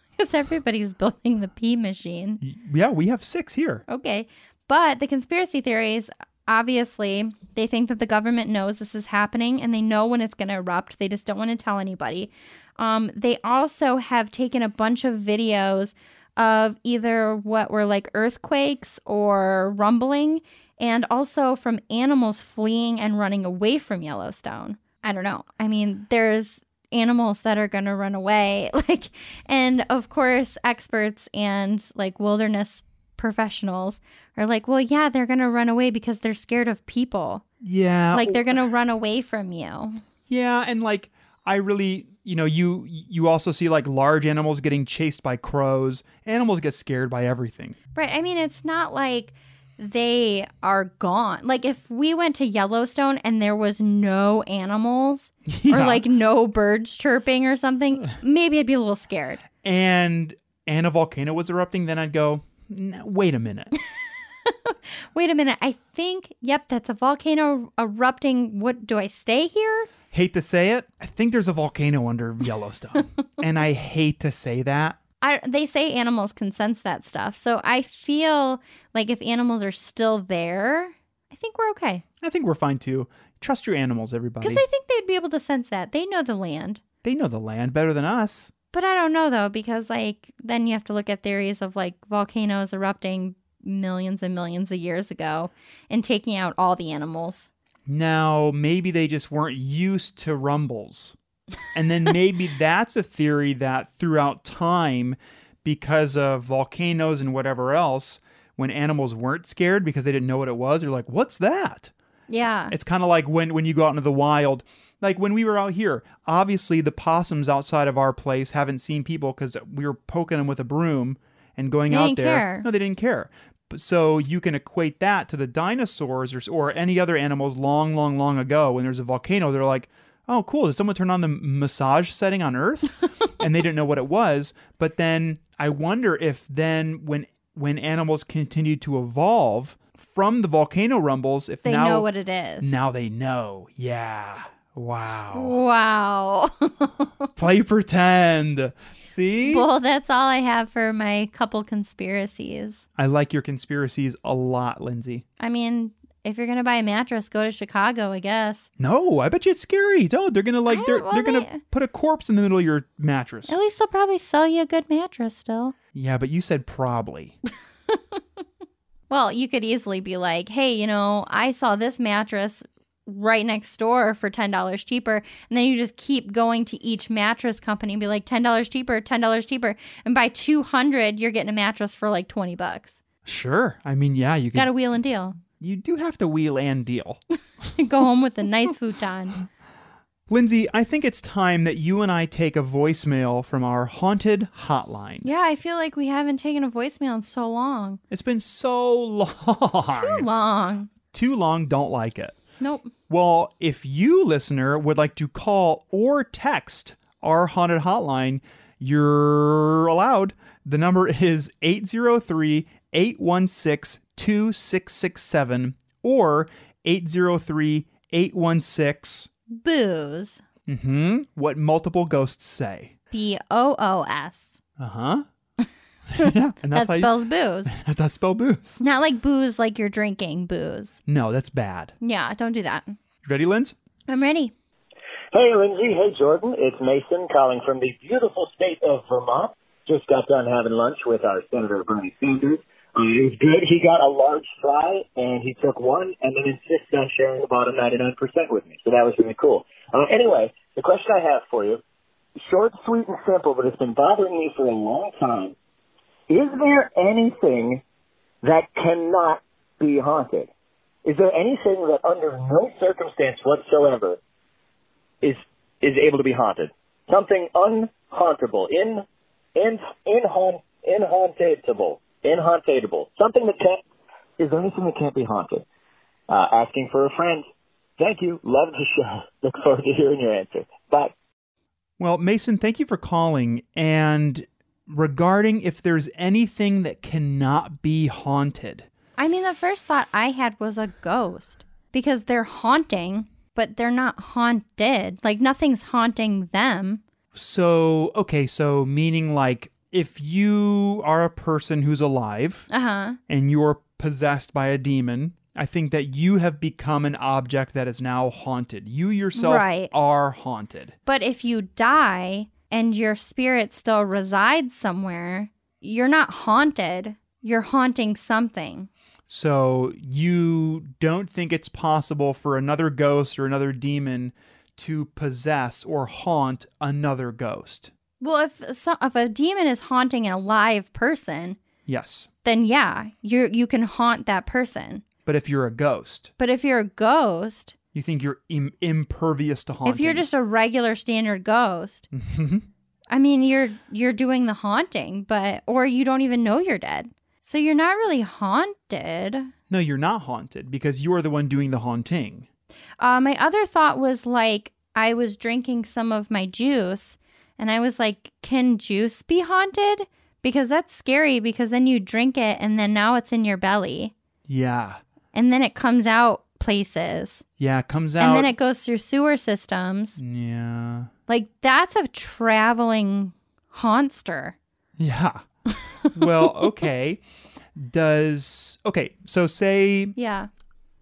Speaker 2: Because everybody's building the pee machine.
Speaker 1: Y- Yeah, we have six here.
Speaker 2: Okay. But the conspiracy theories, obviously, they think that the government knows this is happening and they know when it's going to erupt. They just don't want to tell anybody. Um, they also have taken a bunch of videos of either what were like earthquakes or rumbling and also from animals fleeing and running away from Yellowstone. I don't know. I mean, there's animals that are going to run away like and of course experts and like wilderness professionals are like, well, yeah, they're going to run away because they're scared of people.
Speaker 1: Yeah.
Speaker 2: like they're going to run away from you.
Speaker 1: Yeah, and like I really, you know, you you also see like large animals getting chased by crows. Animals get scared by everything.
Speaker 2: Right. I mean, it's not like they are gone. Like if we went to Yellowstone and there was no animals or
Speaker 1: Yeah.
Speaker 2: like no birds chirping or something, maybe I'd be a little scared.
Speaker 1: and and a volcano was erupting, then I'd go, "N- wait a minute.
Speaker 2: Wait a minute. I think, yep, that's a volcano erupting. What do I stay here?
Speaker 1: hate to say it, I think there's a volcano under Yellowstone, and I hate to say that.
Speaker 2: I, they say animals can sense that stuff. So I feel like if animals are still there, I think we're okay.
Speaker 1: I think we're fine too. Trust your animals, everybody.
Speaker 2: Because I think they'd be able to sense that. They know the land.
Speaker 1: they know the land better than us.
Speaker 2: But I don't know though, because like then you have to look at theories of like volcanoes erupting millions and millions of years ago and taking out all the animals.
Speaker 1: Now, maybe they just weren't used to rumbles. And then maybe that's a theory that throughout time, because of volcanoes and whatever else, when animals weren't scared because they didn't know what it was, they're like, what's that?
Speaker 2: Yeah.
Speaker 1: It's kind of like when when you go out into the wild, like when we were out here. Obviously, the possums outside of our place haven't seen people because we were poking them with a broom and going
Speaker 2: They
Speaker 1: out
Speaker 2: didn't
Speaker 1: there.
Speaker 2: care.
Speaker 1: No, they didn't care. But so you can equate that to the dinosaurs or s- or any other animals long, long, long ago when there's a volcano. They're like. Oh, cool. Did someone turn on the massage setting on Earth? and they didn't know what it was. But then I wonder if then when when animals continue to evolve from the volcano rumbles, if
Speaker 2: they
Speaker 1: now
Speaker 2: know what it is.
Speaker 1: now they know. Yeah. Wow.
Speaker 2: Wow.
Speaker 1: Play pretend. See?
Speaker 2: well, that's all I have for my couple conspiracies.
Speaker 1: I like your conspiracies a lot, Lindsay.
Speaker 2: I mean, If you're gonna buy a mattress, go to Chicago, I guess.
Speaker 1: No, I bet you it's scary. No, they're gonna like
Speaker 2: I
Speaker 1: they're
Speaker 2: don't
Speaker 1: they're
Speaker 2: wanna-
Speaker 1: gonna put a corpse in the middle of your mattress.
Speaker 2: At least they'll probably sell you a good mattress still.
Speaker 1: Yeah, but you said probably.
Speaker 2: Well, you could easily be like, hey, you know, I saw this mattress right next door for $10 cheaper. And then you just keep going to each mattress company and be like, $10 cheaper, $10 cheaper. And by 200 you're getting a mattress for like 20 bucks.
Speaker 1: Sure. I mean, yeah, you can.
Speaker 2: Got a wheel and deal.
Speaker 1: you do have to wheel and deal.
Speaker 2: Go home with a nice futon.
Speaker 1: Lindsay, I think it's time that you and I take a voicemail from our haunted hotline.
Speaker 2: Yeah, I feel like we haven't taken a voicemail in so long.
Speaker 1: It's been so long.
Speaker 2: Too long.
Speaker 1: Too long, don't like it.
Speaker 2: Nope.
Speaker 1: Well, if you, listener, would like to call or text our haunted hotline, you're allowed. The number is 803 816 2667 or 803 816
Speaker 2: Booze.
Speaker 1: mm-hmm, what multiple ghosts say.
Speaker 2: B O O S.
Speaker 1: Uh huh. yeah, and
Speaker 2: That
Speaker 1: that's how
Speaker 2: spells booze.
Speaker 1: you that's spell booze.
Speaker 2: Not like booze, like you're drinking booze.
Speaker 1: No, that's bad.
Speaker 2: Yeah, don't do that.
Speaker 1: You ready, Linz?
Speaker 2: I'm ready.
Speaker 6: Hey, Lindsay. Hey, Jordan. It's Mason calling from the beautiful state of Vermont. Just got done having lunch with our Senator Bernie Sanders. Uh, it was good. He got a large fry, and he took one and then insisted on sharing the bottom 99% with me. So that was really cool. Uh, anyway, the question I have for you, short, sweet, and simple, but it's been bothering me for a long time. Is there anything that cannot be haunted? Is there anything that under no circumstance whatsoever is is able to be haunted. Something unhauntable, in in in haunt in hauntatable, in hauntatable. Something that can't. Is there anything that can't be haunted? Uh, asking for a friend. Thank you. Love the show. Look forward to hearing your answer. Bye.
Speaker 1: Well, Mason, thank you for calling. And regarding if there's anything that cannot be haunted,
Speaker 2: I mean, the first thought I had was a ghost because they're haunting, but they're not haunted. Like nothing's haunting them.
Speaker 1: so okay, so meaning like if you are a person who's alive
Speaker 2: Uh huh.
Speaker 1: and you're possessed by a demon, I think that you have become an object that is now haunted. You yourself
Speaker 2: Right.
Speaker 1: are haunted.
Speaker 2: But if you die and your spirit still resides somewhere, you're not haunted. You're haunting something.
Speaker 1: So you don't think it's possible for another ghost or another demon to possess or haunt another ghost.
Speaker 2: Well, if so, if a demon is haunting a live person,
Speaker 1: Yes.
Speaker 2: then yeah, you you can haunt that person.
Speaker 1: But if you're a ghost,
Speaker 2: But if you're a ghost,
Speaker 1: you think you're Im- impervious to haunting. Mm-hmm.
Speaker 2: if you're just a regular standard ghost, I mean you're you're doing the haunting, but or you don't even know you're dead. So you're not really haunted.
Speaker 1: No, you're not haunted because you're the one doing the haunting.
Speaker 2: Uh, my other thought was like I was drinking some of my juice, and I was like, "Can juice be haunted?" Because that's scary. Because then you drink it, and then now it's in your belly,
Speaker 1: Yeah.
Speaker 2: and then it comes out places,
Speaker 1: Yeah, it comes out.
Speaker 2: and then it goes through sewer systems.
Speaker 1: yeah.
Speaker 2: Like that's a traveling haunster.
Speaker 1: Yeah. well, okay. Does okay, so say
Speaker 2: Yeah,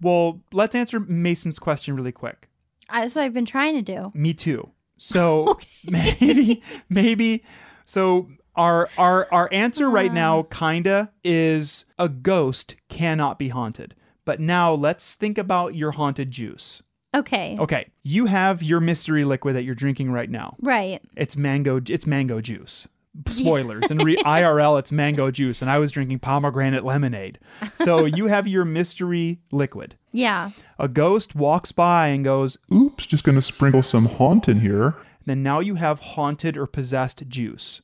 Speaker 1: well, let's answer Mason's question really quick.
Speaker 2: I, that's what I've been trying to do.
Speaker 1: Me too. So maybe maybe so our our our answer right now kinda is a ghost cannot be haunted. But now let's think about your haunted juice.
Speaker 2: Okay,
Speaker 1: Okay, you have your mystery liquid that you're drinking right now.
Speaker 2: right.
Speaker 1: It's mango it's mango juice. Spoilers. In re- IRL it's mango juice and I was drinking pomegranate lemonade. So you have your mystery liquid.
Speaker 2: Yeah,
Speaker 1: A ghost walks by and goes,
Speaker 3: Oops, just gonna sprinkle some haunt in here.
Speaker 1: then now you have haunted or possessed juice.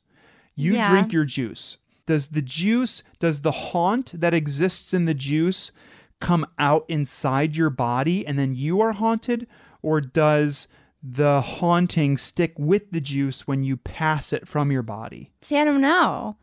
Speaker 1: You
Speaker 2: Yeah.
Speaker 1: drink your juice. Does the juice, does the haunt that exists in the juice come out inside your body and then you are haunted? Or does the haunting stick with the juice when you pass it from your body?
Speaker 2: see, I don't know.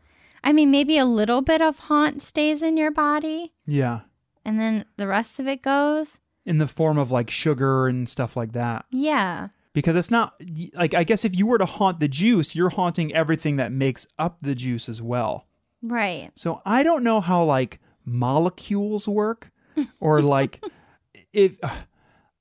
Speaker 2: I mean, maybe a little bit of haunt stays in your body.
Speaker 1: Yeah.
Speaker 2: and then the rest of it goes.
Speaker 1: In the form of like sugar and stuff like that.
Speaker 2: Yeah.
Speaker 1: Because it's not like, I guess if you were to haunt the juice, you're haunting everything that makes up the juice as well.
Speaker 2: Right.
Speaker 1: So I don't know how like molecules work or like if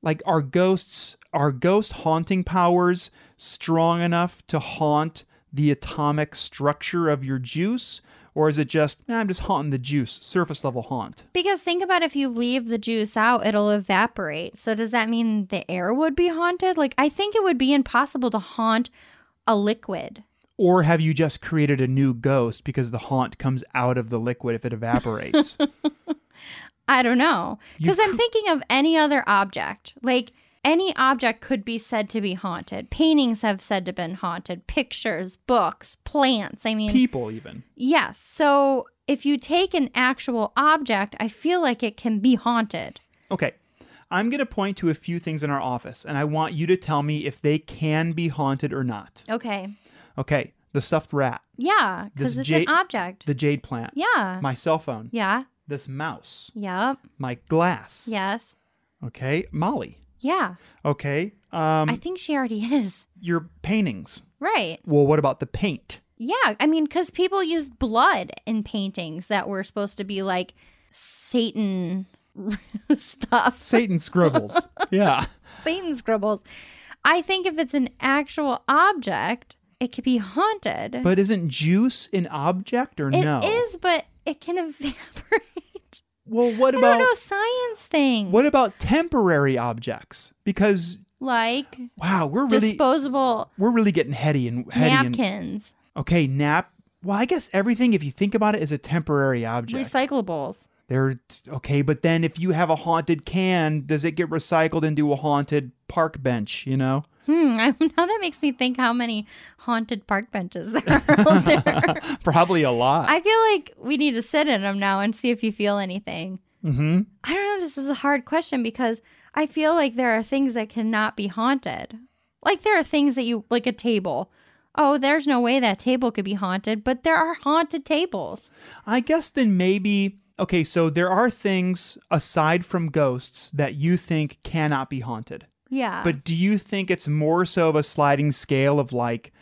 Speaker 1: like are ghosts are ghost haunting powers strong enough to haunt the atomic structure of your juice or is it just "Nah, i'm just haunting the juice surface level haunt
Speaker 2: Because think about if you leave the juice out, it'll evaporate. So does that mean the air would be haunted? Like I think it would be impossible to haunt a liquid.
Speaker 1: or have you just created a new ghost because the haunt comes out of the liquid if it evaporates
Speaker 2: I don't know.
Speaker 1: You
Speaker 2: Because I'm thinking of any other object. Like any object could be said to be haunted. Paintings have said to been haunted. Pictures, books, plants. I mean,
Speaker 1: people even
Speaker 2: yes. So if you take an actual object, I feel like it can be haunted.
Speaker 1: Okay. I'm going to point to a few things in our office, and I want you to tell me if they can be haunted or not.
Speaker 2: Okay.
Speaker 1: Okay. The stuffed rat,
Speaker 2: Yeah, because
Speaker 1: This
Speaker 2: it's
Speaker 1: jade-
Speaker 2: an object.
Speaker 1: the jade plant,
Speaker 2: yeah.
Speaker 1: my cell phone,
Speaker 2: yeah.
Speaker 1: this mouse,
Speaker 2: Yep.
Speaker 1: my glass.
Speaker 2: Yes.
Speaker 1: Okay. Molly.
Speaker 2: Yeah.
Speaker 1: Okay. Um,
Speaker 2: I think she already is.
Speaker 1: your paintings.
Speaker 2: Right.
Speaker 1: Well, what about the paint?
Speaker 2: Yeah. I mean, because people use blood in paintings that were supposed to be like Satan stuff,
Speaker 1: Satan scribbles. yeah.
Speaker 2: Satan scribbles. I think if it's an actual object, it could be haunted.
Speaker 1: But isn't juice an object or
Speaker 2: it is,
Speaker 1: no?
Speaker 2: but it can evaporate.
Speaker 1: Well, what
Speaker 2: I
Speaker 1: about
Speaker 2: don't know science things.
Speaker 1: what about temporary objects? Because
Speaker 2: like
Speaker 1: wow, we're really
Speaker 2: disposable
Speaker 1: we're really getting heady and heady and
Speaker 2: napkins,
Speaker 1: Okay, nap. Well, I guess everything, if you think about it, is a temporary object.
Speaker 2: recyclables?
Speaker 1: They're okay, but then if you have a haunted can, does it get recycled into a haunted park bench? You know,
Speaker 2: Hmm. I, now that makes me think how many haunted park benches there are out there.
Speaker 1: probably a lot.
Speaker 2: I feel like we need to sit in them now and see if you feel anything.
Speaker 1: mm-hmm.
Speaker 2: I don't know. This is a hard question because I feel like there are things that cannot be haunted. Like there are things that you like a table. Oh, there's no way that table could be haunted, but there are haunted tables.
Speaker 1: I guess then maybe okay. So there are things aside from ghosts that you think cannot be haunted,
Speaker 2: Yeah.
Speaker 1: but do you think it's more so of a sliding scale of like,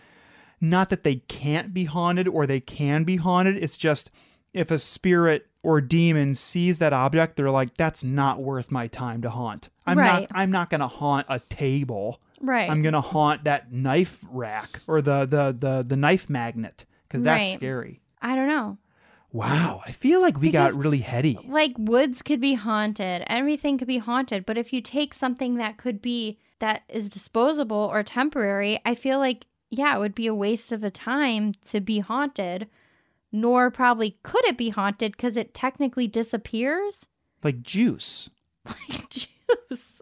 Speaker 1: not that they can't be haunted or they can be haunted? It's just if a spirit or demon sees that object, they're like, that's not worth my time to haunt. I'm
Speaker 2: Right.
Speaker 1: not. I'm not gonna haunt a table.
Speaker 2: right.
Speaker 1: I'm gonna haunt that knife rack or the the the the knife magnet because that's
Speaker 2: Right.
Speaker 1: scary.
Speaker 2: I don't know.
Speaker 1: Wow, I feel like we
Speaker 2: Because-
Speaker 1: got really heady.
Speaker 2: Like woods could be haunted. Everything could be haunted, but if you take something that could be that is disposable or temporary, I feel like yeah, it would be a waste of the time to be haunted. Nor probably could it be haunted because it technically disappears
Speaker 1: Like juice
Speaker 2: like juice.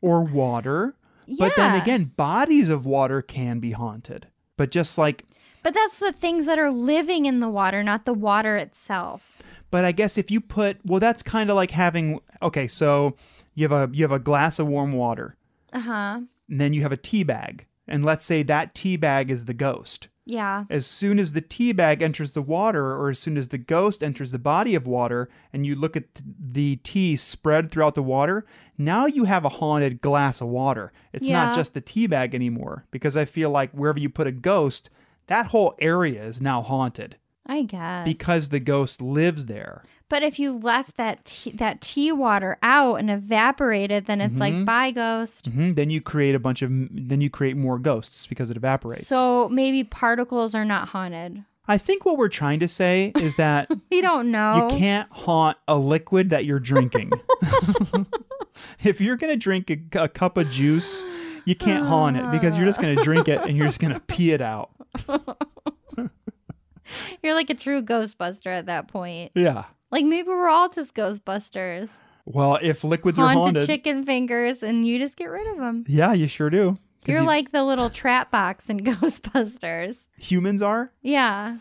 Speaker 1: or water. But then
Speaker 2: Yeah.
Speaker 1: again, bodies of water can be haunted. But just like
Speaker 2: But that's the things that are living in the water, not the water itself.
Speaker 1: But I guess if you put well, that's kind of like having okay. So you have a you have a glass of warm water,
Speaker 2: Uh huh.
Speaker 1: and then you have a tea bag, and let's say that tea bag is the ghost.
Speaker 2: Yeah.
Speaker 1: As soon as the tea bag enters the water, or as soon as the ghost enters the body of water, and you look at th- the tea spread throughout the water, now you have a haunted glass of water. It's
Speaker 2: Yeah.
Speaker 1: not just the tea bag anymore, because I feel like wherever you put a ghost, that whole area is now haunted
Speaker 2: I guess.
Speaker 1: because the ghost lives there.
Speaker 2: But if you left that tea, that tea water out and evaporated, then it's like bye ghost.
Speaker 1: hmm Then you create a bunch of, then you create more ghosts because it evaporates.
Speaker 2: So maybe particles are not haunted.
Speaker 1: I think what we're trying to say is that
Speaker 2: We don't know.
Speaker 1: you can't haunt a liquid that you're drinking. if you're going to drink a, a cup of juice, you can't haunt it because you're just going to drink it and you're just going to pee it out.
Speaker 2: You're like a true Ghostbuster at that point.
Speaker 1: Yeah.
Speaker 2: Like maybe we're all just Ghostbusters,
Speaker 1: Well, if liquids are
Speaker 2: haunted
Speaker 1: haunted,
Speaker 2: chicken fingers, and you just get rid of them.
Speaker 1: yeah, you sure do. 'Cause
Speaker 2: You're
Speaker 1: you-
Speaker 2: like the little trap box in Ghostbusters.
Speaker 1: humans are.
Speaker 2: Yeah.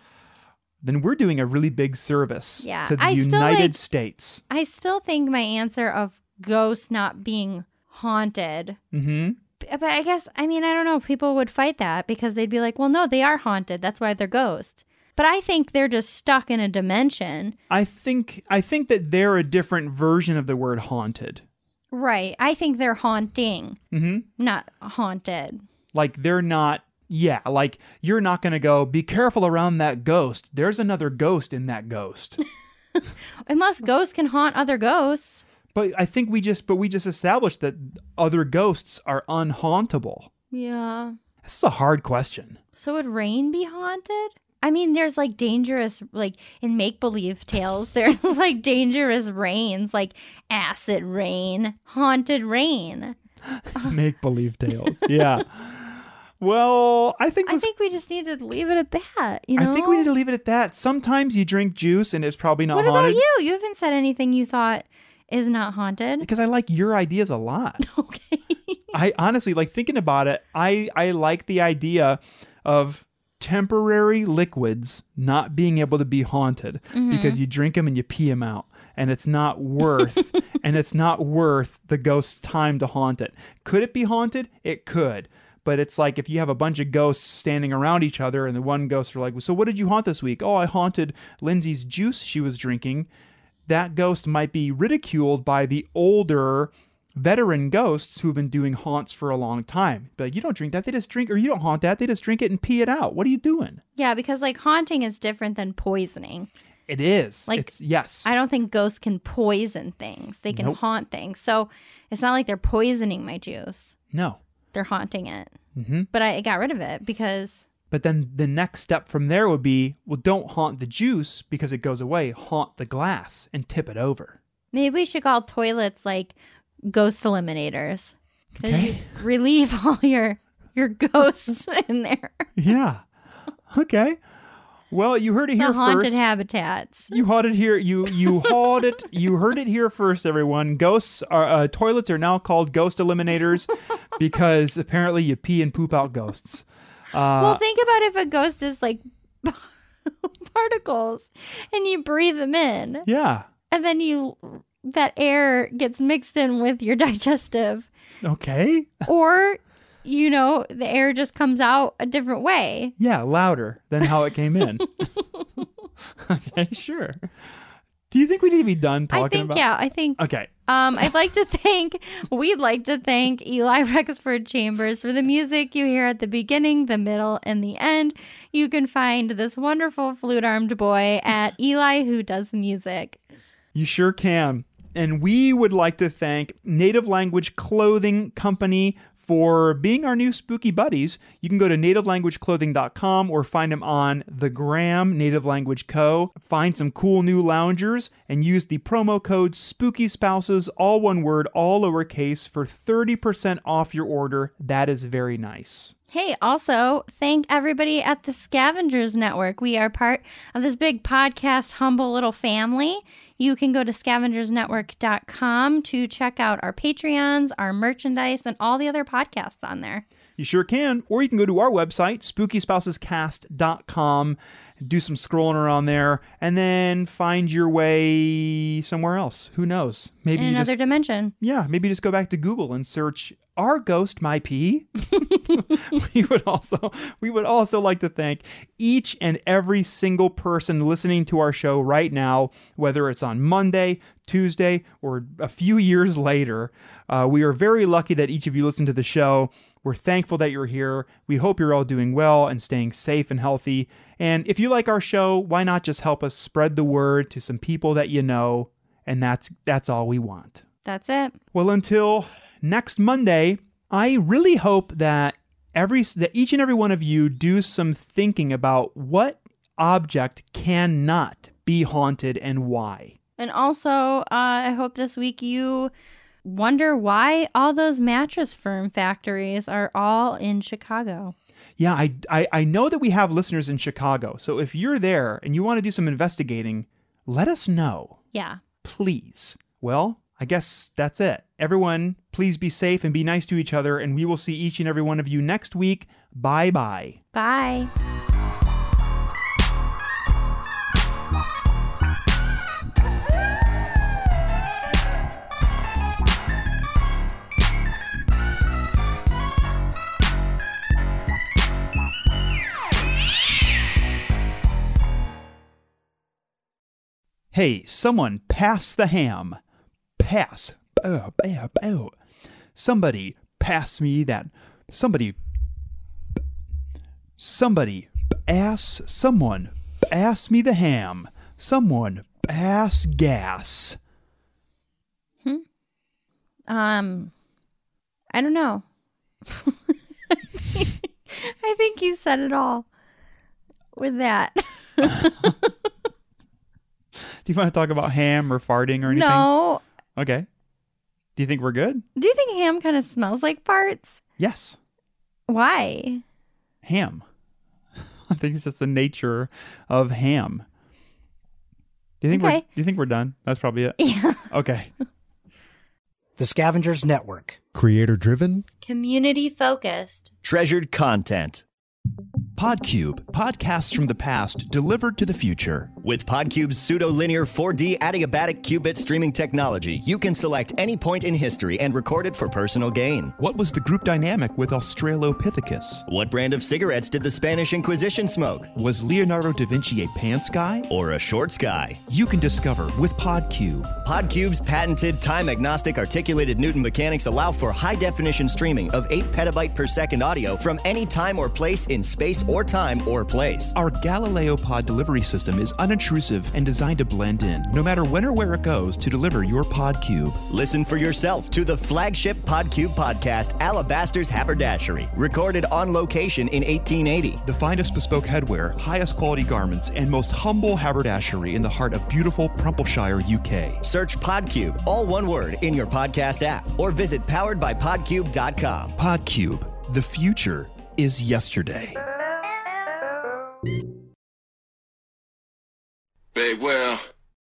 Speaker 1: Then we're doing a really big service
Speaker 2: Yeah.
Speaker 1: to the
Speaker 2: I still,
Speaker 1: United
Speaker 2: like-
Speaker 1: States.
Speaker 2: I still think my answer of ghost not being haunted.
Speaker 1: hmm
Speaker 2: B- But I guess, I mean, I don't know. People would fight that because they'd be like, well, no, they are haunted. That's why they're ghosts. But I think they're just stuck in a dimension.
Speaker 1: I think I think that they're a different version of the word haunted.
Speaker 2: Right. I think they're haunting,
Speaker 1: hmm
Speaker 2: not haunted.
Speaker 1: Like they're not. Yeah, like you're not gonna go. Be careful around that ghost. There's another ghost in that ghost.
Speaker 2: Unless ghosts can haunt other ghosts.
Speaker 1: But I think we just but we just established that other ghosts are unhauntable.
Speaker 2: Yeah.
Speaker 1: This is a hard question.
Speaker 2: So would rain be haunted? I mean, there's like dangerous, like in make believe tales, there's like dangerous rains, like acid rain, haunted rain.
Speaker 1: Make believe tales. Yeah. Well, I think
Speaker 2: I
Speaker 1: this
Speaker 2: think we just need to leave it at that. You know,
Speaker 1: I think we need to leave it at that. Sometimes you drink juice and it's probably not
Speaker 2: What about
Speaker 1: haunted.
Speaker 2: you? You haven't said anything you thought is not haunted.
Speaker 1: Because I like your ideas a lot.
Speaker 2: Okay.
Speaker 1: I honestly like thinking about it. I I like the idea of temporary liquids not being able to be haunted because you drink them and you pee them out and it's not worth and it's not worth the ghost's time to haunt it. Could it be haunted? It could. But it's like if you have a bunch of ghosts standing around each other and the one ghosts are like, "So what did you haunt this week?" "Oh, I haunted Lindsay's juice she was drinking." that ghost might be ridiculed by the older veteran ghosts who've been doing haunts for a long time. But you don't drink that, they just drink, or you don't haunt that, they just drink it and pee it out. What are you doing?
Speaker 2: yeah, because like haunting is different than poisoning.
Speaker 1: It is.
Speaker 2: Like,
Speaker 1: it's, yes.
Speaker 2: I don't think ghosts can poison things. They can
Speaker 1: Nope.
Speaker 2: haunt things. So it's not like they're poisoning my juice.
Speaker 1: No.
Speaker 2: They're haunting it. Mm-hmm. But I, I got rid of it because
Speaker 1: But then the next step from there would be well, don't haunt the juice because it goes away. Haunt the glass and tip it over.
Speaker 2: maybe we should call toilets like ghost eliminators. 'Cause you
Speaker 1: Okay.
Speaker 2: relieve all your your ghosts in there.
Speaker 1: yeah. Okay. Well, you heard it here
Speaker 2: the haunted
Speaker 1: first.
Speaker 2: habitats.
Speaker 1: You heard it here. You you hauled it. You heard it here first, everyone. Ghosts are uh, toilets are now called ghost eliminators because apparently you pee and poop out ghosts. uh,
Speaker 2: well, think about if a ghost is like particles and you breathe them in.
Speaker 1: Yeah.
Speaker 2: and then you that air gets mixed in with your digestive
Speaker 1: Okay.
Speaker 2: or you know the air just comes out a different way
Speaker 1: Yeah, louder than how it came in. okay, sure. Do you think we need to be done talking
Speaker 2: i think
Speaker 1: about?
Speaker 2: yeah i think
Speaker 1: Okay.
Speaker 2: um i'd like to thank we'd like to thank eli rexford chambers for the music you hear at the beginning the middle and the end you can find this wonderful flute-armed boy at eli who does music
Speaker 1: You sure can. And we would like to thank Native Language Clothing Company for being our new spooky buddies. You can go to nativelanguageclothing.com or find them on the gram, Native Language Co. Find some cool new loungers and use the promo code Spooky Spouses, all one word, all lowercase, for 30% off your order. That is very nice.
Speaker 2: Hey, also, thank everybody at the Scavengers Network. We are part of this big podcast, humble little family. You can go to scavengersnetwork.com to check out our Patreons, our merchandise, and all the other podcasts on there.
Speaker 1: You sure can. Or you can go to our website, spookyspousescast.com, do some scrolling around there, and then find your way somewhere else. Who knows? Maybe
Speaker 2: In
Speaker 1: you
Speaker 2: another
Speaker 1: just,
Speaker 2: dimension.
Speaker 1: yeah, maybe just go back to Google and search our ghost my pee. we would also we would also like to thank each and every single person listening to our show right now, whether it's on Monday, Tuesday, or a few years later. Uh, we are very lucky that each of you listen to the show. We're thankful that you're here. We hope you're all doing well and staying safe and healthy. And if you like our show, why not just help us spread the word to some people that you know? And that's that's all we want.
Speaker 2: That's it.
Speaker 1: Well, until next Monday, I really hope that every that each and every one of you do some thinking about what object cannot be haunted and why.
Speaker 2: And also, uh, I hope this week you wonder why all those mattress firm factories are all in Chicago.
Speaker 1: Yeah, I, I I know that we have listeners in Chicago. So if you're there and you want to do some investigating, let us know,
Speaker 2: Yeah.
Speaker 1: please. Well, I guess that's it. Everyone, please be safe and be nice to each other and we will see each and every one of you next week. Bye-bye.
Speaker 2: Bye.
Speaker 1: Hey, someone pass the ham. Pass. Bow, bow, bow. Somebody pass me that. Somebody. Somebody pass. Someone pass me the ham. Someone pass gas.
Speaker 2: Hmm? Um, I don't know. I think you said it all with that.
Speaker 1: Do you want to talk about ham or farting or anything?
Speaker 2: no.
Speaker 1: Okay. Do you think we're good?
Speaker 2: Do you think ham kind of smells like farts?
Speaker 1: Yes.
Speaker 2: Why?
Speaker 1: Ham. I think it's just the nature of ham. Do you think we're
Speaker 2: Okay.
Speaker 1: do you think we're done? That's probably it.
Speaker 2: Yeah.
Speaker 1: Okay.
Speaker 7: The Scavengers Network.
Speaker 8: Creator driven,
Speaker 2: Community focused.
Speaker 9: Treasured content.
Speaker 10: Podcube, podcasts from the past delivered to the future.
Speaker 9: With PodCube's pseudo-linear 4D adiabatic qubit streaming technology, you can select any point in history and record it for personal gain.
Speaker 10: What was the group dynamic with Australopithecus?
Speaker 9: What brand of cigarettes did the Spanish Inquisition smoke?
Speaker 10: Was Leonardo da Vinci a pants guy?
Speaker 9: Or a shorts guy?
Speaker 10: You can discover with Podcube.
Speaker 9: PodCube's patented time-agnostic articulated Newton mechanics allow for high-definition streaming of 8 petabyte per second audio from any time or place in space or time or place.
Speaker 10: Our Galileo pod delivery system is unintrusive and designed to blend in, no matter when or where it goes, to deliver your Podcube.
Speaker 9: Listen for yourself to the flagship PodCube podcast, Alabaster's Haberdashery, recorded on location in 1880.
Speaker 10: The finest bespoke headwear, highest quality garments, and most humble haberdashery in the heart of beautiful Prumpleshire, UK.
Speaker 9: Search PodCube, all one word, in your podcast app, or visit poweredbypodcube.com.
Speaker 10: Podcube, the future is yesterday.
Speaker 11: Beware